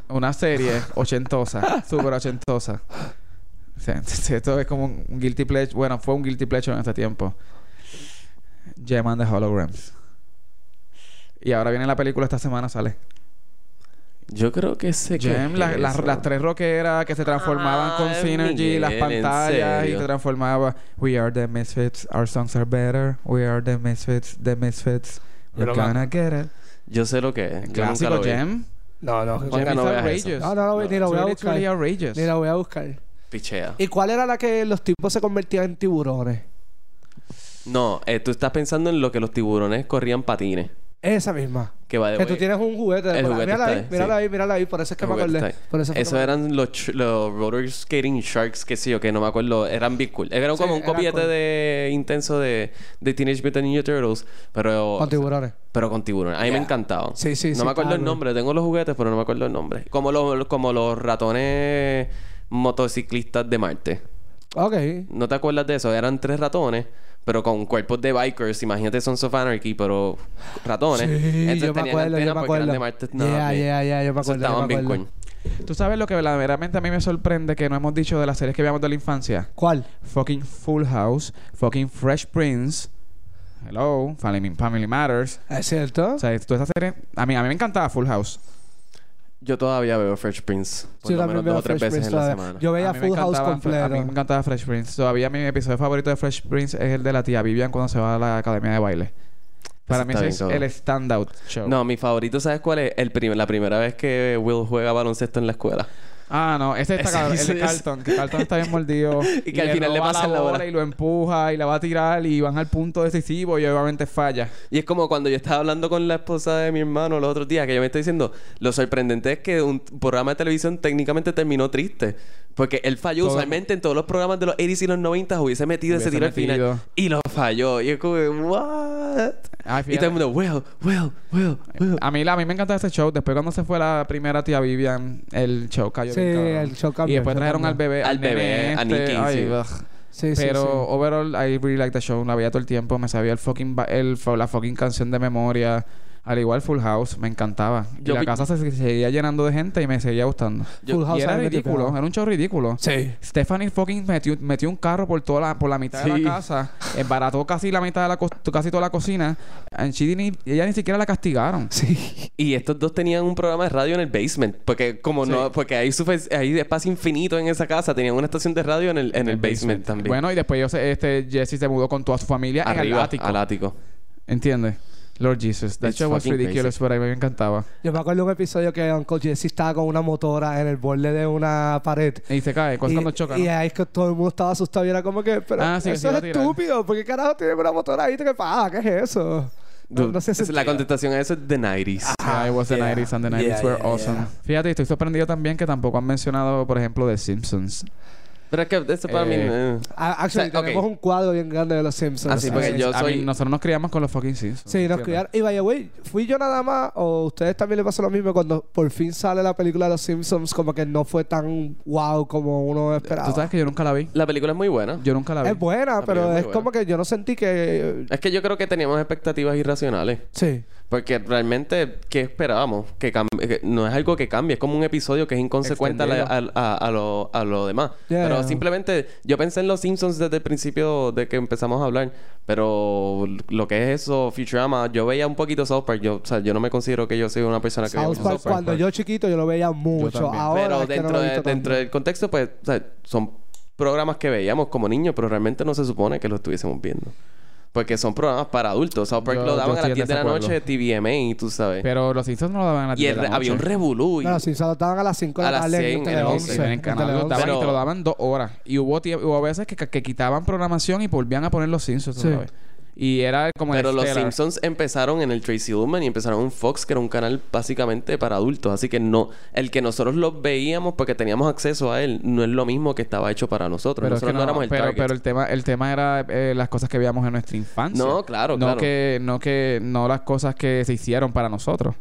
Speaker 3: una serie ochentosa, súper ochentosa. O sea, esto es como un un guilty pleasure. Bueno, fue un guilty pleasure en ese tiempo. Gem and the Holograms. Y ahora viene la película esta semana, sale.
Speaker 1: Yo creo que sé que
Speaker 3: Gem, la- las- las tres roqueras que se transformaban con
Speaker 1: Ay,
Speaker 3: Synergy, las
Speaker 1: Miguel, ¿en
Speaker 3: pantallas y
Speaker 1: serio?
Speaker 3: te transformaba. We are the misfits, our songs are better. We are the misfits, the misfits. We're
Speaker 2: Pero va-
Speaker 3: gonna get it.
Speaker 1: Yo sé lo que es. Yo nunca
Speaker 3: Clásico
Speaker 1: lo vi.
Speaker 3: Gem.
Speaker 2: No, no.
Speaker 1: Juan- Juanca,
Speaker 3: Gem
Speaker 1: no
Speaker 3: is
Speaker 1: veas
Speaker 3: outrageous.
Speaker 2: No, no, no, ni la
Speaker 3: It's
Speaker 2: voy a
Speaker 3: really,
Speaker 2: buscar.
Speaker 3: truly outrageous.
Speaker 2: Ni la voy a buscar.
Speaker 1: Pichea.
Speaker 2: ¿Y cuál era la que los tipos se convertían en tiburones?
Speaker 1: No, eh, tú estás pensando en lo que los tiburones corrían patines.
Speaker 2: Esa misma.
Speaker 1: Que va de
Speaker 2: Que tú tienes un juguete.
Speaker 1: Eh, El
Speaker 2: Mira-
Speaker 1: juguete
Speaker 2: mírala
Speaker 1: está
Speaker 2: ahí,
Speaker 1: ahí,
Speaker 2: mírala
Speaker 1: sí.
Speaker 2: ahí, mírala ahí. Por eso es que me
Speaker 1: Juguete
Speaker 2: acordé.
Speaker 1: está ahí.
Speaker 2: Por eso, fue que
Speaker 1: Eso
Speaker 2: me-
Speaker 1: eran los, ch- los roller skating sharks, que sí, o que no me acuerdo. Eran big cool. Era
Speaker 2: Sí,
Speaker 1: como un
Speaker 2: era
Speaker 1: copiete
Speaker 2: cool.
Speaker 1: de intenso de, de Teenage Mutant Ninja Turtles, pero...
Speaker 2: Con tiburones.
Speaker 1: Pero con tiburones. A mí me encantaban.
Speaker 2: Sí, sí,
Speaker 1: No
Speaker 2: sí,
Speaker 1: me acuerdo
Speaker 2: claro.
Speaker 1: el nombre. Tengo los juguetes, pero no me acuerdo el nombre. Como los, como los ratones motociclistas de Marte.
Speaker 2: Ok.
Speaker 1: ¿No te acuerdas de eso? Eran tres ratones, pero con cuerpos de bikers. Imagínate Sons of Anarchy, pero ratones.
Speaker 2: Sí,
Speaker 1: Entonces
Speaker 2: yo me
Speaker 1: tenían
Speaker 2: acuerdo, yo
Speaker 1: antenas
Speaker 2: me
Speaker 1: porque eran
Speaker 2: acuerdo.
Speaker 1: de Marte. Nada,
Speaker 2: Ya,
Speaker 1: bien.
Speaker 2: ya, ya, yo me
Speaker 1: Eso
Speaker 2: acuerdo. yo
Speaker 1: estaban
Speaker 2: me
Speaker 1: bien
Speaker 2: acuerdo.
Speaker 1: cool.
Speaker 3: Tú sabes lo que verdaderamente a mí me sorprende que no hemos dicho de las series que veíamos de la infancia.
Speaker 2: ¿Cuál?
Speaker 3: Fucking Full House, fucking Fresh Prince. Hello, Family, Family Matters.
Speaker 2: ¿Es cierto?
Speaker 3: O sea, todas esas series. A mí, a mí me encantaba Full House.
Speaker 1: Yo todavía veo Fresh Prince. Por
Speaker 2: yo
Speaker 1: lo menos
Speaker 2: también veo
Speaker 1: dos o tres
Speaker 2: Fresh
Speaker 1: veces
Speaker 2: Prince
Speaker 1: en la
Speaker 2: todavía.
Speaker 1: semana.
Speaker 2: Yo veía
Speaker 3: A mí me
Speaker 2: Full House
Speaker 3: encantaba- A mí me
Speaker 2: completo.
Speaker 3: encantaba Fresh Prince. Todavía mi episodio favorito de Fresh Prince es el de la tía Vivian cuando se va a la academia de baile. Para mí
Speaker 1: está
Speaker 3: ese
Speaker 1: bien
Speaker 3: es
Speaker 1: cabrón.
Speaker 3: el standout show.
Speaker 1: No, mi favorito, ¿sabes cuál es? El prim- la primera vez que Will juega baloncesto en la escuela.
Speaker 3: Ah, no, ese está
Speaker 1: Ese-
Speaker 3: cabrón. El de
Speaker 1: ese-
Speaker 3: Carlton, que Carlton está bien mordido.
Speaker 1: Y que al final le
Speaker 3: roba
Speaker 1: pasa la
Speaker 3: la
Speaker 1: bola.
Speaker 3: bola y lo empuja y la va a tirar y van al punto decisivo y obviamente falla.
Speaker 1: Y es como cuando yo estaba hablando con la esposa de mi hermano los otros días, que yo me está diciendo, lo sorprendente es que un programa de televisión técnicamente terminó triste. Porque él falló
Speaker 3: Todo-
Speaker 1: usualmente en todos los programas de los 80s y los 90s hubiese metido ese
Speaker 3: Hubiese
Speaker 1: tiro al final.
Speaker 3: metido.
Speaker 1: Y lo falló. Y es como, ¿what?
Speaker 3: Ay,
Speaker 1: Y todo
Speaker 3: fíjate. Ah,
Speaker 1: el mundo, Will, Will, Will, Will.
Speaker 3: A mí, la- a mí me encantaba ese show. Después, cuando se fue la primera tía Vivian, el show cayó.
Speaker 2: Sí,
Speaker 3: bien cabrón.
Speaker 2: el show cambió,
Speaker 3: Y después
Speaker 2: el show
Speaker 3: trajeron al
Speaker 2: cambió.
Speaker 3: bebé.
Speaker 1: Al
Speaker 3: nene
Speaker 1: bebé, a
Speaker 3: este.
Speaker 1: Nicky,
Speaker 3: Ay,
Speaker 1: sí.
Speaker 3: ugh.
Speaker 2: Sí, sí,
Speaker 3: Pero
Speaker 2: sí.
Speaker 3: overall, I really like the show. La veía todo el tiempo. Me sabía el fucking ba- el, fa- la fucking canción de memoria. Al igual Full House, me encantaba. Y
Speaker 1: Yo
Speaker 3: la
Speaker 1: vi-
Speaker 3: casa se se seguía llenando de gente y me seguía gustando.
Speaker 1: Yo-
Speaker 2: Full House
Speaker 3: y era
Speaker 2: a mí me
Speaker 3: ridículo,
Speaker 2: tripeaba.
Speaker 3: era un show ridículo.
Speaker 2: Sí.
Speaker 3: Stephanie fucking metió, metió un carro por toda la, por la mitad de
Speaker 1: Sí.
Speaker 3: la casa, embarató casi la mitad de la co- casi toda la cocina, and she didn't e- ella ni siquiera la castigaron.
Speaker 2: Sí.
Speaker 1: Y estos dos tenían un programa de radio en el basement. Porque como
Speaker 3: Sí.
Speaker 1: no, porque hay, sufe- hay espacio infinito en esa casa. Tenían una estación de radio en el, en el basement, también.
Speaker 3: Bueno, y después yo sé- este Jesse se mudó con toda su familia en el
Speaker 1: arriba
Speaker 3: ático.
Speaker 1: al ático.
Speaker 3: ¿Entiendes? Lord Jesus. That
Speaker 1: It's
Speaker 3: show was
Speaker 1: fucking
Speaker 3: ridiculous, pero a mí me encantaba.
Speaker 2: Yo me acuerdo de un episodio que Uncle Jesse estaba con una motora en el borde de una pared.
Speaker 3: Y se cae, cuando,
Speaker 2: y,
Speaker 3: cuando choca. ¿no?
Speaker 2: y ahí es que todo el mundo estaba asustado y era como que, pero
Speaker 3: Ah, sí, que se
Speaker 2: eso
Speaker 3: iba
Speaker 2: es
Speaker 3: a tirar.
Speaker 2: estúpido, ¿por qué carajo tiene una motora ahí? ¿Qué pasa? ¿Qué es eso? No,
Speaker 1: Dude,
Speaker 2: no sé si
Speaker 1: es- la contestación a eso es The 90s.
Speaker 3: Yeah, it was the
Speaker 2: yeah.
Speaker 3: 90s and the 90s
Speaker 2: Yeah,
Speaker 3: were
Speaker 2: yeah,
Speaker 3: awesome.
Speaker 2: yeah.
Speaker 3: Fíjate, estoy sorprendido también que tampoco han mencionado, por ejemplo, The Simpsons.
Speaker 1: Pero es que eso para mí...
Speaker 3: Eh,
Speaker 1: eh.
Speaker 2: Ah, Actually,
Speaker 1: O sea, ok.
Speaker 2: tenemos un cuadro bien grande de los Simpsons.
Speaker 1: Ah, sí, porque
Speaker 3: Así
Speaker 1: yo
Speaker 3: es. A
Speaker 1: soy-
Speaker 3: mí, nosotros nos criamos con los fucking Simpsons.
Speaker 2: Sí, nos
Speaker 3: ¿entiendes?
Speaker 2: cuidaron. Y vaya, güey, ¿fui yo nada más o ustedes también les pasó lo mismo cuando por fin sale la película de los Simpsons? Como que no fue tan wow como uno esperaba.
Speaker 3: Tú sabes que yo nunca la vi.
Speaker 1: La película es muy buena.
Speaker 3: Yo nunca la vi.
Speaker 2: es buena,
Speaker 1: La
Speaker 2: pero
Speaker 1: película
Speaker 2: es
Speaker 1: es muy
Speaker 2: como que yo no sentí que...
Speaker 1: Es que yo creo que teníamos expectativas irracionales.
Speaker 2: Sí.
Speaker 1: Porque realmente, ¿qué esperábamos? Que, cam- que no es algo que cambie, es como un episodio que es inconsecuente a, la-
Speaker 3: Extendido.
Speaker 1: a- a- a lo, a lo demás.
Speaker 2: Yeah.
Speaker 1: Pero simplemente, yo pensé en los Simpsons desde el principio de que empezamos a hablar, pero lo que es eso, Futurama, yo veía un poquito South Park, yo, o sea, yo no me considero que yo soy una persona que veía
Speaker 2: South
Speaker 1: mucho
Speaker 2: Park, cuando yo chiquito yo lo veía mucho.
Speaker 3: también.
Speaker 1: pues.
Speaker 2: Ahora
Speaker 1: pero
Speaker 2: es que no
Speaker 1: dentro,
Speaker 2: lo he
Speaker 1: de-
Speaker 2: visto tanto.
Speaker 1: dentro del contexto, pues, o sea, son programas que veíamos como niños, pero realmente no se supone que lo estuviésemos viendo. Porque son programas para adultos. South Park
Speaker 3: Yo-
Speaker 1: lo
Speaker 3: yo
Speaker 1: daban a las
Speaker 3: estoy en
Speaker 1: 10 de la
Speaker 3: desacuerdo.
Speaker 1: noche, TVMA, tú sabes.
Speaker 3: Pero los Simpsons no lo daban a las
Speaker 1: y
Speaker 3: 10
Speaker 1: el
Speaker 3: de
Speaker 1: re-
Speaker 3: la
Speaker 1: había un
Speaker 3: noche.
Speaker 1: revolú. y-
Speaker 2: Bueno, sí, se lo daban a las 5 de
Speaker 1: A
Speaker 2: la
Speaker 1: las
Speaker 2: tarde. en
Speaker 1: cien,
Speaker 2: Tele
Speaker 1: en el
Speaker 2: 11,
Speaker 1: once,
Speaker 3: en el
Speaker 2: en
Speaker 3: canal
Speaker 2: Tele
Speaker 3: lo
Speaker 2: 11.
Speaker 3: daban
Speaker 1: Pero-
Speaker 3: y te lo daban dos horas. Y hubo, tie- hubo veces que, que quitaban programación y volvían a poner los Simpsons otra
Speaker 2: Sí.
Speaker 3: vez. Y era como el
Speaker 1: Pero los
Speaker 3: Stellar.
Speaker 1: Simpsons empezaron en el Tracy Ullman y empezaron en Fox, que era un canal básicamente para adultos. Así que no, el que nosotros los veíamos porque teníamos acceso a él, no es lo mismo que estaba hecho para nosotros.
Speaker 3: Pero, es
Speaker 1: nosotros
Speaker 3: que
Speaker 1: no
Speaker 3: no-
Speaker 1: éramos el
Speaker 3: pero,
Speaker 1: target.
Speaker 3: pero el tema el tema era eh, las cosas que veíamos en nuestra infancia.
Speaker 1: No, claro,
Speaker 3: no
Speaker 1: claro.
Speaker 3: Que, no que no las cosas que se hicieron para nosotros.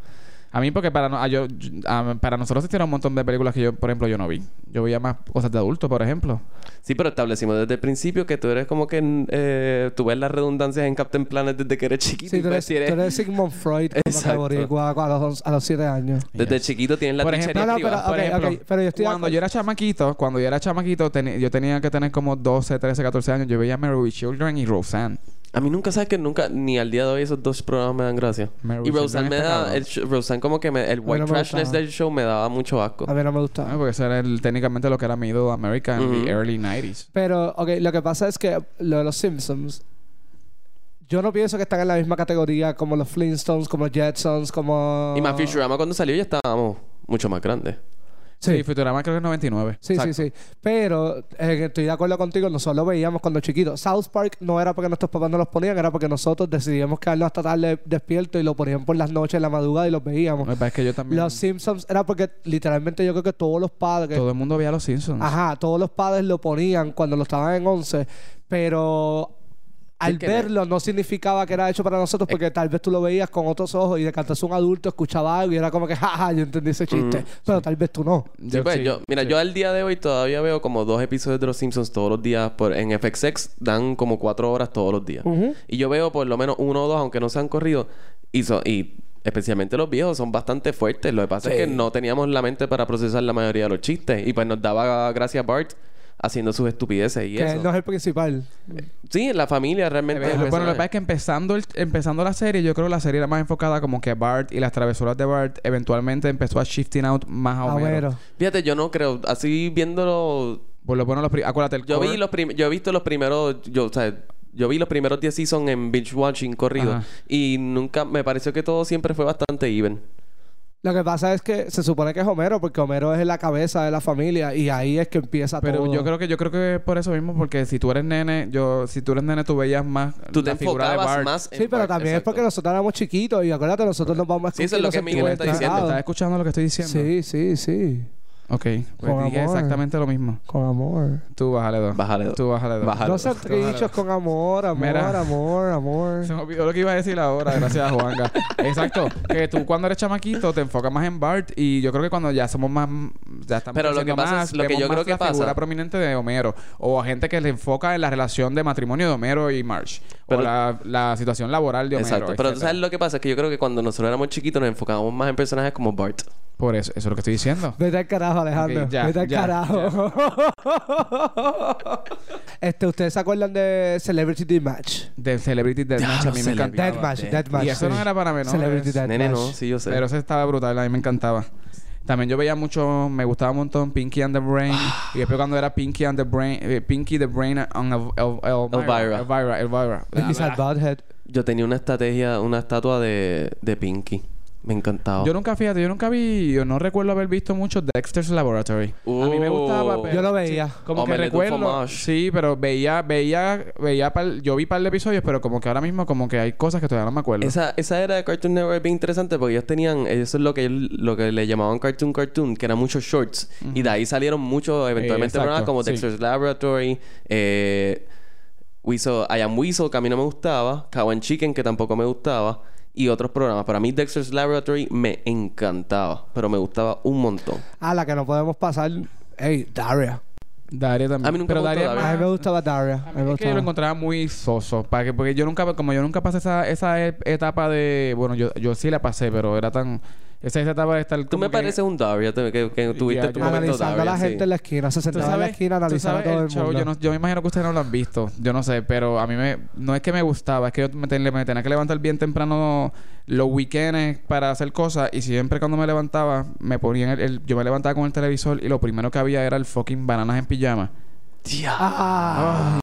Speaker 3: A mí porque para no- a yo, yo- a- para nosotros existieron un montón de películas que yo, por ejemplo, yo no vi. Yo veía más cosas de adulto, por ejemplo.
Speaker 1: Sí, pero establecimos desde el principio que tú eres como que eh, tú ves las redundancias en Captain Planet desde que eres chiquito.
Speaker 2: Sí,
Speaker 1: y
Speaker 2: tú
Speaker 1: pues,
Speaker 2: eres, tú
Speaker 1: si eres-
Speaker 2: eres Sigmund Freud como que
Speaker 1: Exacto.
Speaker 2: boricua a los, once- a los 7 años.
Speaker 1: desde
Speaker 3: Yes.
Speaker 1: chiquito tienes la
Speaker 3: Por
Speaker 1: techería
Speaker 2: no,
Speaker 3: ejemplo,
Speaker 2: no,
Speaker 1: privada.
Speaker 2: pero-
Speaker 3: Por
Speaker 2: ok,
Speaker 3: ejemplo,
Speaker 2: ok, pero yo estoy de
Speaker 3: cuando
Speaker 2: acuerdo.
Speaker 3: yo era chamaquito, cuando yo era chamaquito, teni- yo tenía que tener como 12, 13, 14 años. Yo veía Mary with Children y Roseanne.
Speaker 1: A mí nunca sabes que nunca, ni al día de hoy, esos dos programas me dan gracia.
Speaker 3: Mary
Speaker 1: y
Speaker 3: with
Speaker 1: Roseanne me
Speaker 3: Children está
Speaker 1: da, el,
Speaker 3: cabrón.
Speaker 1: sh- Roseanne como que me- el
Speaker 2: mí no
Speaker 1: white
Speaker 2: me
Speaker 1: trashness
Speaker 2: gustaba.
Speaker 1: del show me daba mucho asco.
Speaker 2: A mí no me
Speaker 3: Ah,
Speaker 2: gustaba.
Speaker 3: Porque eso era el- técnicamente lo que era Middle America en
Speaker 1: Ujú.
Speaker 3: the early 90s.
Speaker 2: Pero, ok, lo que pasa es que lo de los Simpsons, yo no pienso que están en la misma categoría como los Flintstones, como los Jetsons, como...
Speaker 1: Y más Futurama cuando salió ya estábamos mucho más grandes.
Speaker 3: Sí,
Speaker 2: Sí,
Speaker 3: Futurama creo que es 99.
Speaker 2: sí, sí,
Speaker 1: Exacto.
Speaker 2: sí. Pero eh, estoy de acuerdo contigo, nosotros lo veíamos cuando chiquitos. South Park no era porque nuestros papás no los ponían, era porque nosotros decidíamos quedarnos hasta tarde despiertos y lo ponían por las noches, en la madrugada y los veíamos.
Speaker 3: Me parece que yo también...
Speaker 2: Los Simpsons era porque literalmente yo creo que todos los padres...
Speaker 3: Todo el mundo veía Los Simpsons.
Speaker 2: Ajá, todos los padres lo ponían cuando lo estaban en 11, pero al
Speaker 1: Es que- Eh.
Speaker 2: verlo no significaba que era hecho para nosotros porque tal vez tú lo veías con otros ojos y de cantas un adulto escuchaba algo y era como que, jaja, yo entendí ese
Speaker 1: Mm,
Speaker 2: chiste, pero tal vez tú no.
Speaker 1: Sí, pues, yo- mira,
Speaker 3: sí.
Speaker 1: yo al día de hoy todavía veo como dos episodios de Los Simpsons todos los días. Por, en FXX dan como cuatro horas todos los días. Y yo veo por lo menos uno o dos, aunque no se han corrido. Y, so- y especialmente los viejos son bastante fuertes. Lo que pasa es que no teníamos la mente para procesar la mayoría de los chistes. Y pues nos daba gracias Bart haciendo sus estupideces y
Speaker 2: que
Speaker 1: eso.
Speaker 2: él no es el principal.
Speaker 1: Sí, la familia realmente...
Speaker 3: Eh,
Speaker 1: es el
Speaker 3: bueno, lo que pasa es
Speaker 1: personaje.
Speaker 3: que empezando, el- empezando la serie, yo creo que la serie era más enfocada como que Bart y las travesuras de Bart eventualmente empezó a shifting out más a
Speaker 1: Ah,
Speaker 2: A
Speaker 3: Homero.
Speaker 2: ver,
Speaker 1: Fíjate, yo no creo... Así viéndolo...
Speaker 3: Por lo menos los pri- acuérdate el
Speaker 1: Yo
Speaker 3: core-
Speaker 1: vi los prim- yo he visto los primeros, yo, o sea, yo vi los primeros 10 seasons en binge watching corrido
Speaker 3: Ajá.
Speaker 1: y nunca me pareció que todo siempre fue bastante even.
Speaker 2: lo que pasa es que se supone que es Homero porque Homero es la cabeza de la familia y ahí es que empieza
Speaker 3: pero
Speaker 2: todo.
Speaker 3: yo creo que yo creo que es por eso mismo porque si tú eres nene, yo si tú eres nene tú veías más
Speaker 1: Tú te
Speaker 3: la figura de
Speaker 1: enfocabas
Speaker 3: Bart.
Speaker 1: más en
Speaker 2: Sí, pero
Speaker 1: Bart,
Speaker 2: también
Speaker 1: exacto.
Speaker 2: es porque nosotros éramos chiquitos y acuérdate, nosotros nos vamos a
Speaker 1: Sí, eso es lo
Speaker 2: escuchar
Speaker 1: que
Speaker 2: los
Speaker 1: Miguel está
Speaker 2: sentimientos
Speaker 1: diciendo.
Speaker 3: ¿Estás
Speaker 2: tratados.
Speaker 3: escuchando lo que estoy diciendo?
Speaker 2: Sí, sí, sí.
Speaker 3: Ok, pues
Speaker 2: Con
Speaker 3: dije
Speaker 2: amor.
Speaker 3: exactamente lo mismo.
Speaker 2: Con amor.
Speaker 3: Tú bájale dos.
Speaker 1: Bájale dos.
Speaker 3: Tú bájale dos.
Speaker 1: Bájale.
Speaker 2: No
Speaker 1: Claro.
Speaker 2: sean trichos con amor, amor,
Speaker 3: Mira.
Speaker 2: amor, amor.
Speaker 3: Se me olvidó lo que iba a decir ahora, gracias a Juanga. Exacto. Que tú cuando eres chamaquito te enfocas más en Bart y yo creo que cuando ya somos más... Ya estamos
Speaker 1: Pero lo que
Speaker 3: creciendo
Speaker 1: pasa
Speaker 3: más,
Speaker 1: es- lo que
Speaker 3: vemos
Speaker 1: yo
Speaker 3: más
Speaker 1: creo que
Speaker 3: la figura
Speaker 1: pasa-
Speaker 3: prominente de Homero. O a gente que le enfoca en la relación de matrimonio de Homero y Marge.
Speaker 1: Pero-
Speaker 3: o la, la situación laboral de Homero.
Speaker 1: Exacto, pero tú
Speaker 3: etcétera.
Speaker 1: sabes lo que pasa es que yo creo que cuando nosotros éramos chiquitos nos enfocábamos más en personajes como Bart.
Speaker 3: Por eso, eso es lo que estoy diciendo.
Speaker 2: Vete al carajo, Alejandro.
Speaker 3: Ok, ya,
Speaker 2: Vete al
Speaker 3: ya,
Speaker 2: carajo. este, ¿ustedes se acuerdan de Celebrity Deathmatch?
Speaker 3: De Celebrity Deathmatch
Speaker 1: Diablo,
Speaker 3: a mí me
Speaker 1: Celebrity
Speaker 3: encantaba.
Speaker 2: Deathmatch,
Speaker 1: de-
Speaker 2: Deathmatch.
Speaker 3: Y eso
Speaker 2: sí.
Speaker 3: no era para menores.
Speaker 2: Celebrity Deathmatch.
Speaker 1: Nene, no, sí yo sé.
Speaker 3: Pero ese estaba brutal, a mí me encantaba. También yo veía mucho, me gustaba un montón Pinky and the Brain. y después cuando era Pinky and the Brain, eh, Pinky the Brain on Elv- Elv-
Speaker 1: Elvira.
Speaker 3: Elvira. Elvira, Elvira.
Speaker 2: Y Mrs. Butthead.
Speaker 1: Yo tenía una estrategia, una estatua de, de Pinky. Me encantaba.
Speaker 3: Yo nunca, fíjate, yo nunca vi, yo no recuerdo haber visto mucho Dexter's Laboratory. A mí me
Speaker 1: Oh.
Speaker 3: gustaba, pero...
Speaker 2: Yo lo veía.
Speaker 3: Como que
Speaker 1: Omelette du
Speaker 3: recuerdo.
Speaker 1: fromage.
Speaker 3: Sí, pero veía, veía, veía, par- yo vi par de episodios, pero como que ahora mismo como que hay cosas que todavía no me acuerdo.
Speaker 1: Esa, esa era de Cartoon Network bien interesante porque ellos tenían, eso es lo que, ellos- lo que le llamaban Cartoon Cartoon, que eran muchos shorts. Y de ahí salieron muchos, eventualmente,
Speaker 3: exacto,
Speaker 1: programas como
Speaker 3: sí.
Speaker 1: Dexter's Laboratory, eh, Weasel- I Am Weasel, que a mí no me gustaba, Cow and Chicken, que tampoco me gustaba, y otros programas. Para mí, Dexter's Laboratory me encantaba, pero me gustaba un montón.
Speaker 2: Ah, la que no podemos pasar. Ey, Daria.
Speaker 3: Daria también.
Speaker 1: A mí nunca
Speaker 3: pero
Speaker 1: me gustó
Speaker 3: Daria
Speaker 1: Daria.
Speaker 2: A mí me gustaba Daria. A mí me
Speaker 3: Es que yo lo
Speaker 2: gustaba.
Speaker 3: encontraba muy soso. Para que, porque yo nunca, como yo nunca pasé esa, esa e- etapa de. Bueno, yo, yo sí la pasé, pero era tan. Esa, esa etapa de estar.
Speaker 1: Tú me pareces un Daria, te- que, que tuviste
Speaker 3: Ya,
Speaker 1: tu
Speaker 3: yo-
Speaker 1: momento
Speaker 2: Analizando a
Speaker 1: Daria.
Speaker 2: la gente
Speaker 1: sí.
Speaker 2: en la esquina. Se
Speaker 3: ¿Tú
Speaker 2: sentaba en la
Speaker 3: sabes,
Speaker 2: esquina,
Speaker 3: tú
Speaker 2: analizaba a
Speaker 3: sabes
Speaker 2: todo
Speaker 3: el
Speaker 2: el
Speaker 3: show?
Speaker 2: mundo.
Speaker 3: Yo, no- yo me imagino que ustedes no lo han visto. Yo no sé, pero a mí me... No es que me gustaba. Es que yo me ten- me tenía que levantar bien temprano los weekends para hacer cosas. Y siempre cuando me levantaba, me ponían el, el- Yo me levantaba con el televisor y lo primero que había era el fucking Bananas en Pijama.
Speaker 2: Ah.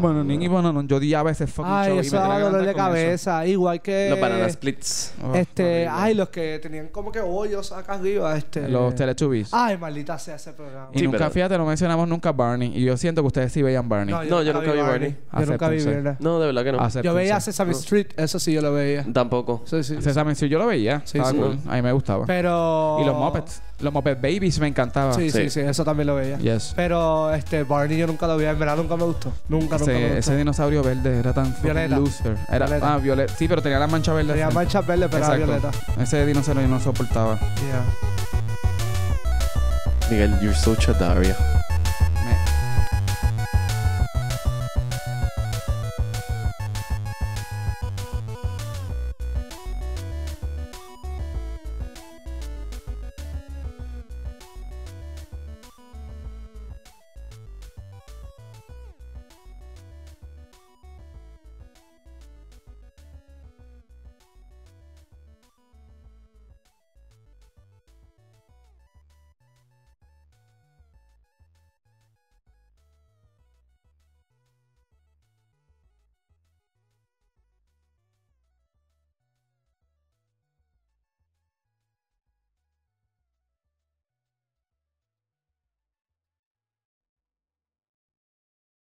Speaker 3: Bueno, ni y bueno, yo odiaba ese fucking show.
Speaker 2: Ay,
Speaker 3: y
Speaker 2: eso
Speaker 3: me tenía
Speaker 2: da
Speaker 3: que
Speaker 2: dolor de
Speaker 3: levantar con eso.
Speaker 2: cabeza. Igual que.
Speaker 1: Los banana splits.
Speaker 3: Oh,
Speaker 2: Este,
Speaker 3: horrible.
Speaker 2: ay, los que tenían como que hoyos acá arriba, este.
Speaker 3: Los Teletubbies.
Speaker 2: Ay, maldita sea ese programa.
Speaker 3: Y
Speaker 1: Sí,
Speaker 3: nunca,
Speaker 1: pero-
Speaker 3: fíjate, no mencionamos nunca Barney. Y yo siento que ustedes sí veían Barney.
Speaker 1: No, yo nunca vi Barney.
Speaker 2: Yo nunca vi
Speaker 3: Acéptense.
Speaker 2: Barney.
Speaker 1: No, de verdad que no.
Speaker 3: Ah,
Speaker 2: Yo veía
Speaker 3: Acéptense.
Speaker 2: Sesame Street, eso sí yo lo veía.
Speaker 1: Tampoco.
Speaker 2: Sí, sí.
Speaker 3: Sesame Street, yo lo veía.
Speaker 2: Sí,
Speaker 3: Estaba
Speaker 1: sí.
Speaker 3: cool. A mí me gustaba.
Speaker 2: Pero.
Speaker 3: Y los Muppets. Ah. Los Muppet Babies me encantaba.
Speaker 2: Sí, sí,
Speaker 1: Sí.
Speaker 2: sí, eso también lo veía.
Speaker 3: Yes.
Speaker 2: Pero este Barney yo nunca lo vi, en verdad nunca me gustó. Nunca, nunca me
Speaker 3: Ese,
Speaker 2: gustó.
Speaker 3: ese dinosaurio verde era tan fucking
Speaker 2: Violeta.
Speaker 3: loser. Era,
Speaker 2: Violeta.
Speaker 3: Ah, violeta. Sí, pero tenía la mancha verde.
Speaker 2: Tenía
Speaker 3: al frente.
Speaker 2: manchas verdes, pero era
Speaker 3: Exacto.
Speaker 2: violeta.
Speaker 3: Ese dinosaurio yo no lo soportaba.
Speaker 2: Yeah.
Speaker 1: Miguel, you're so chataria.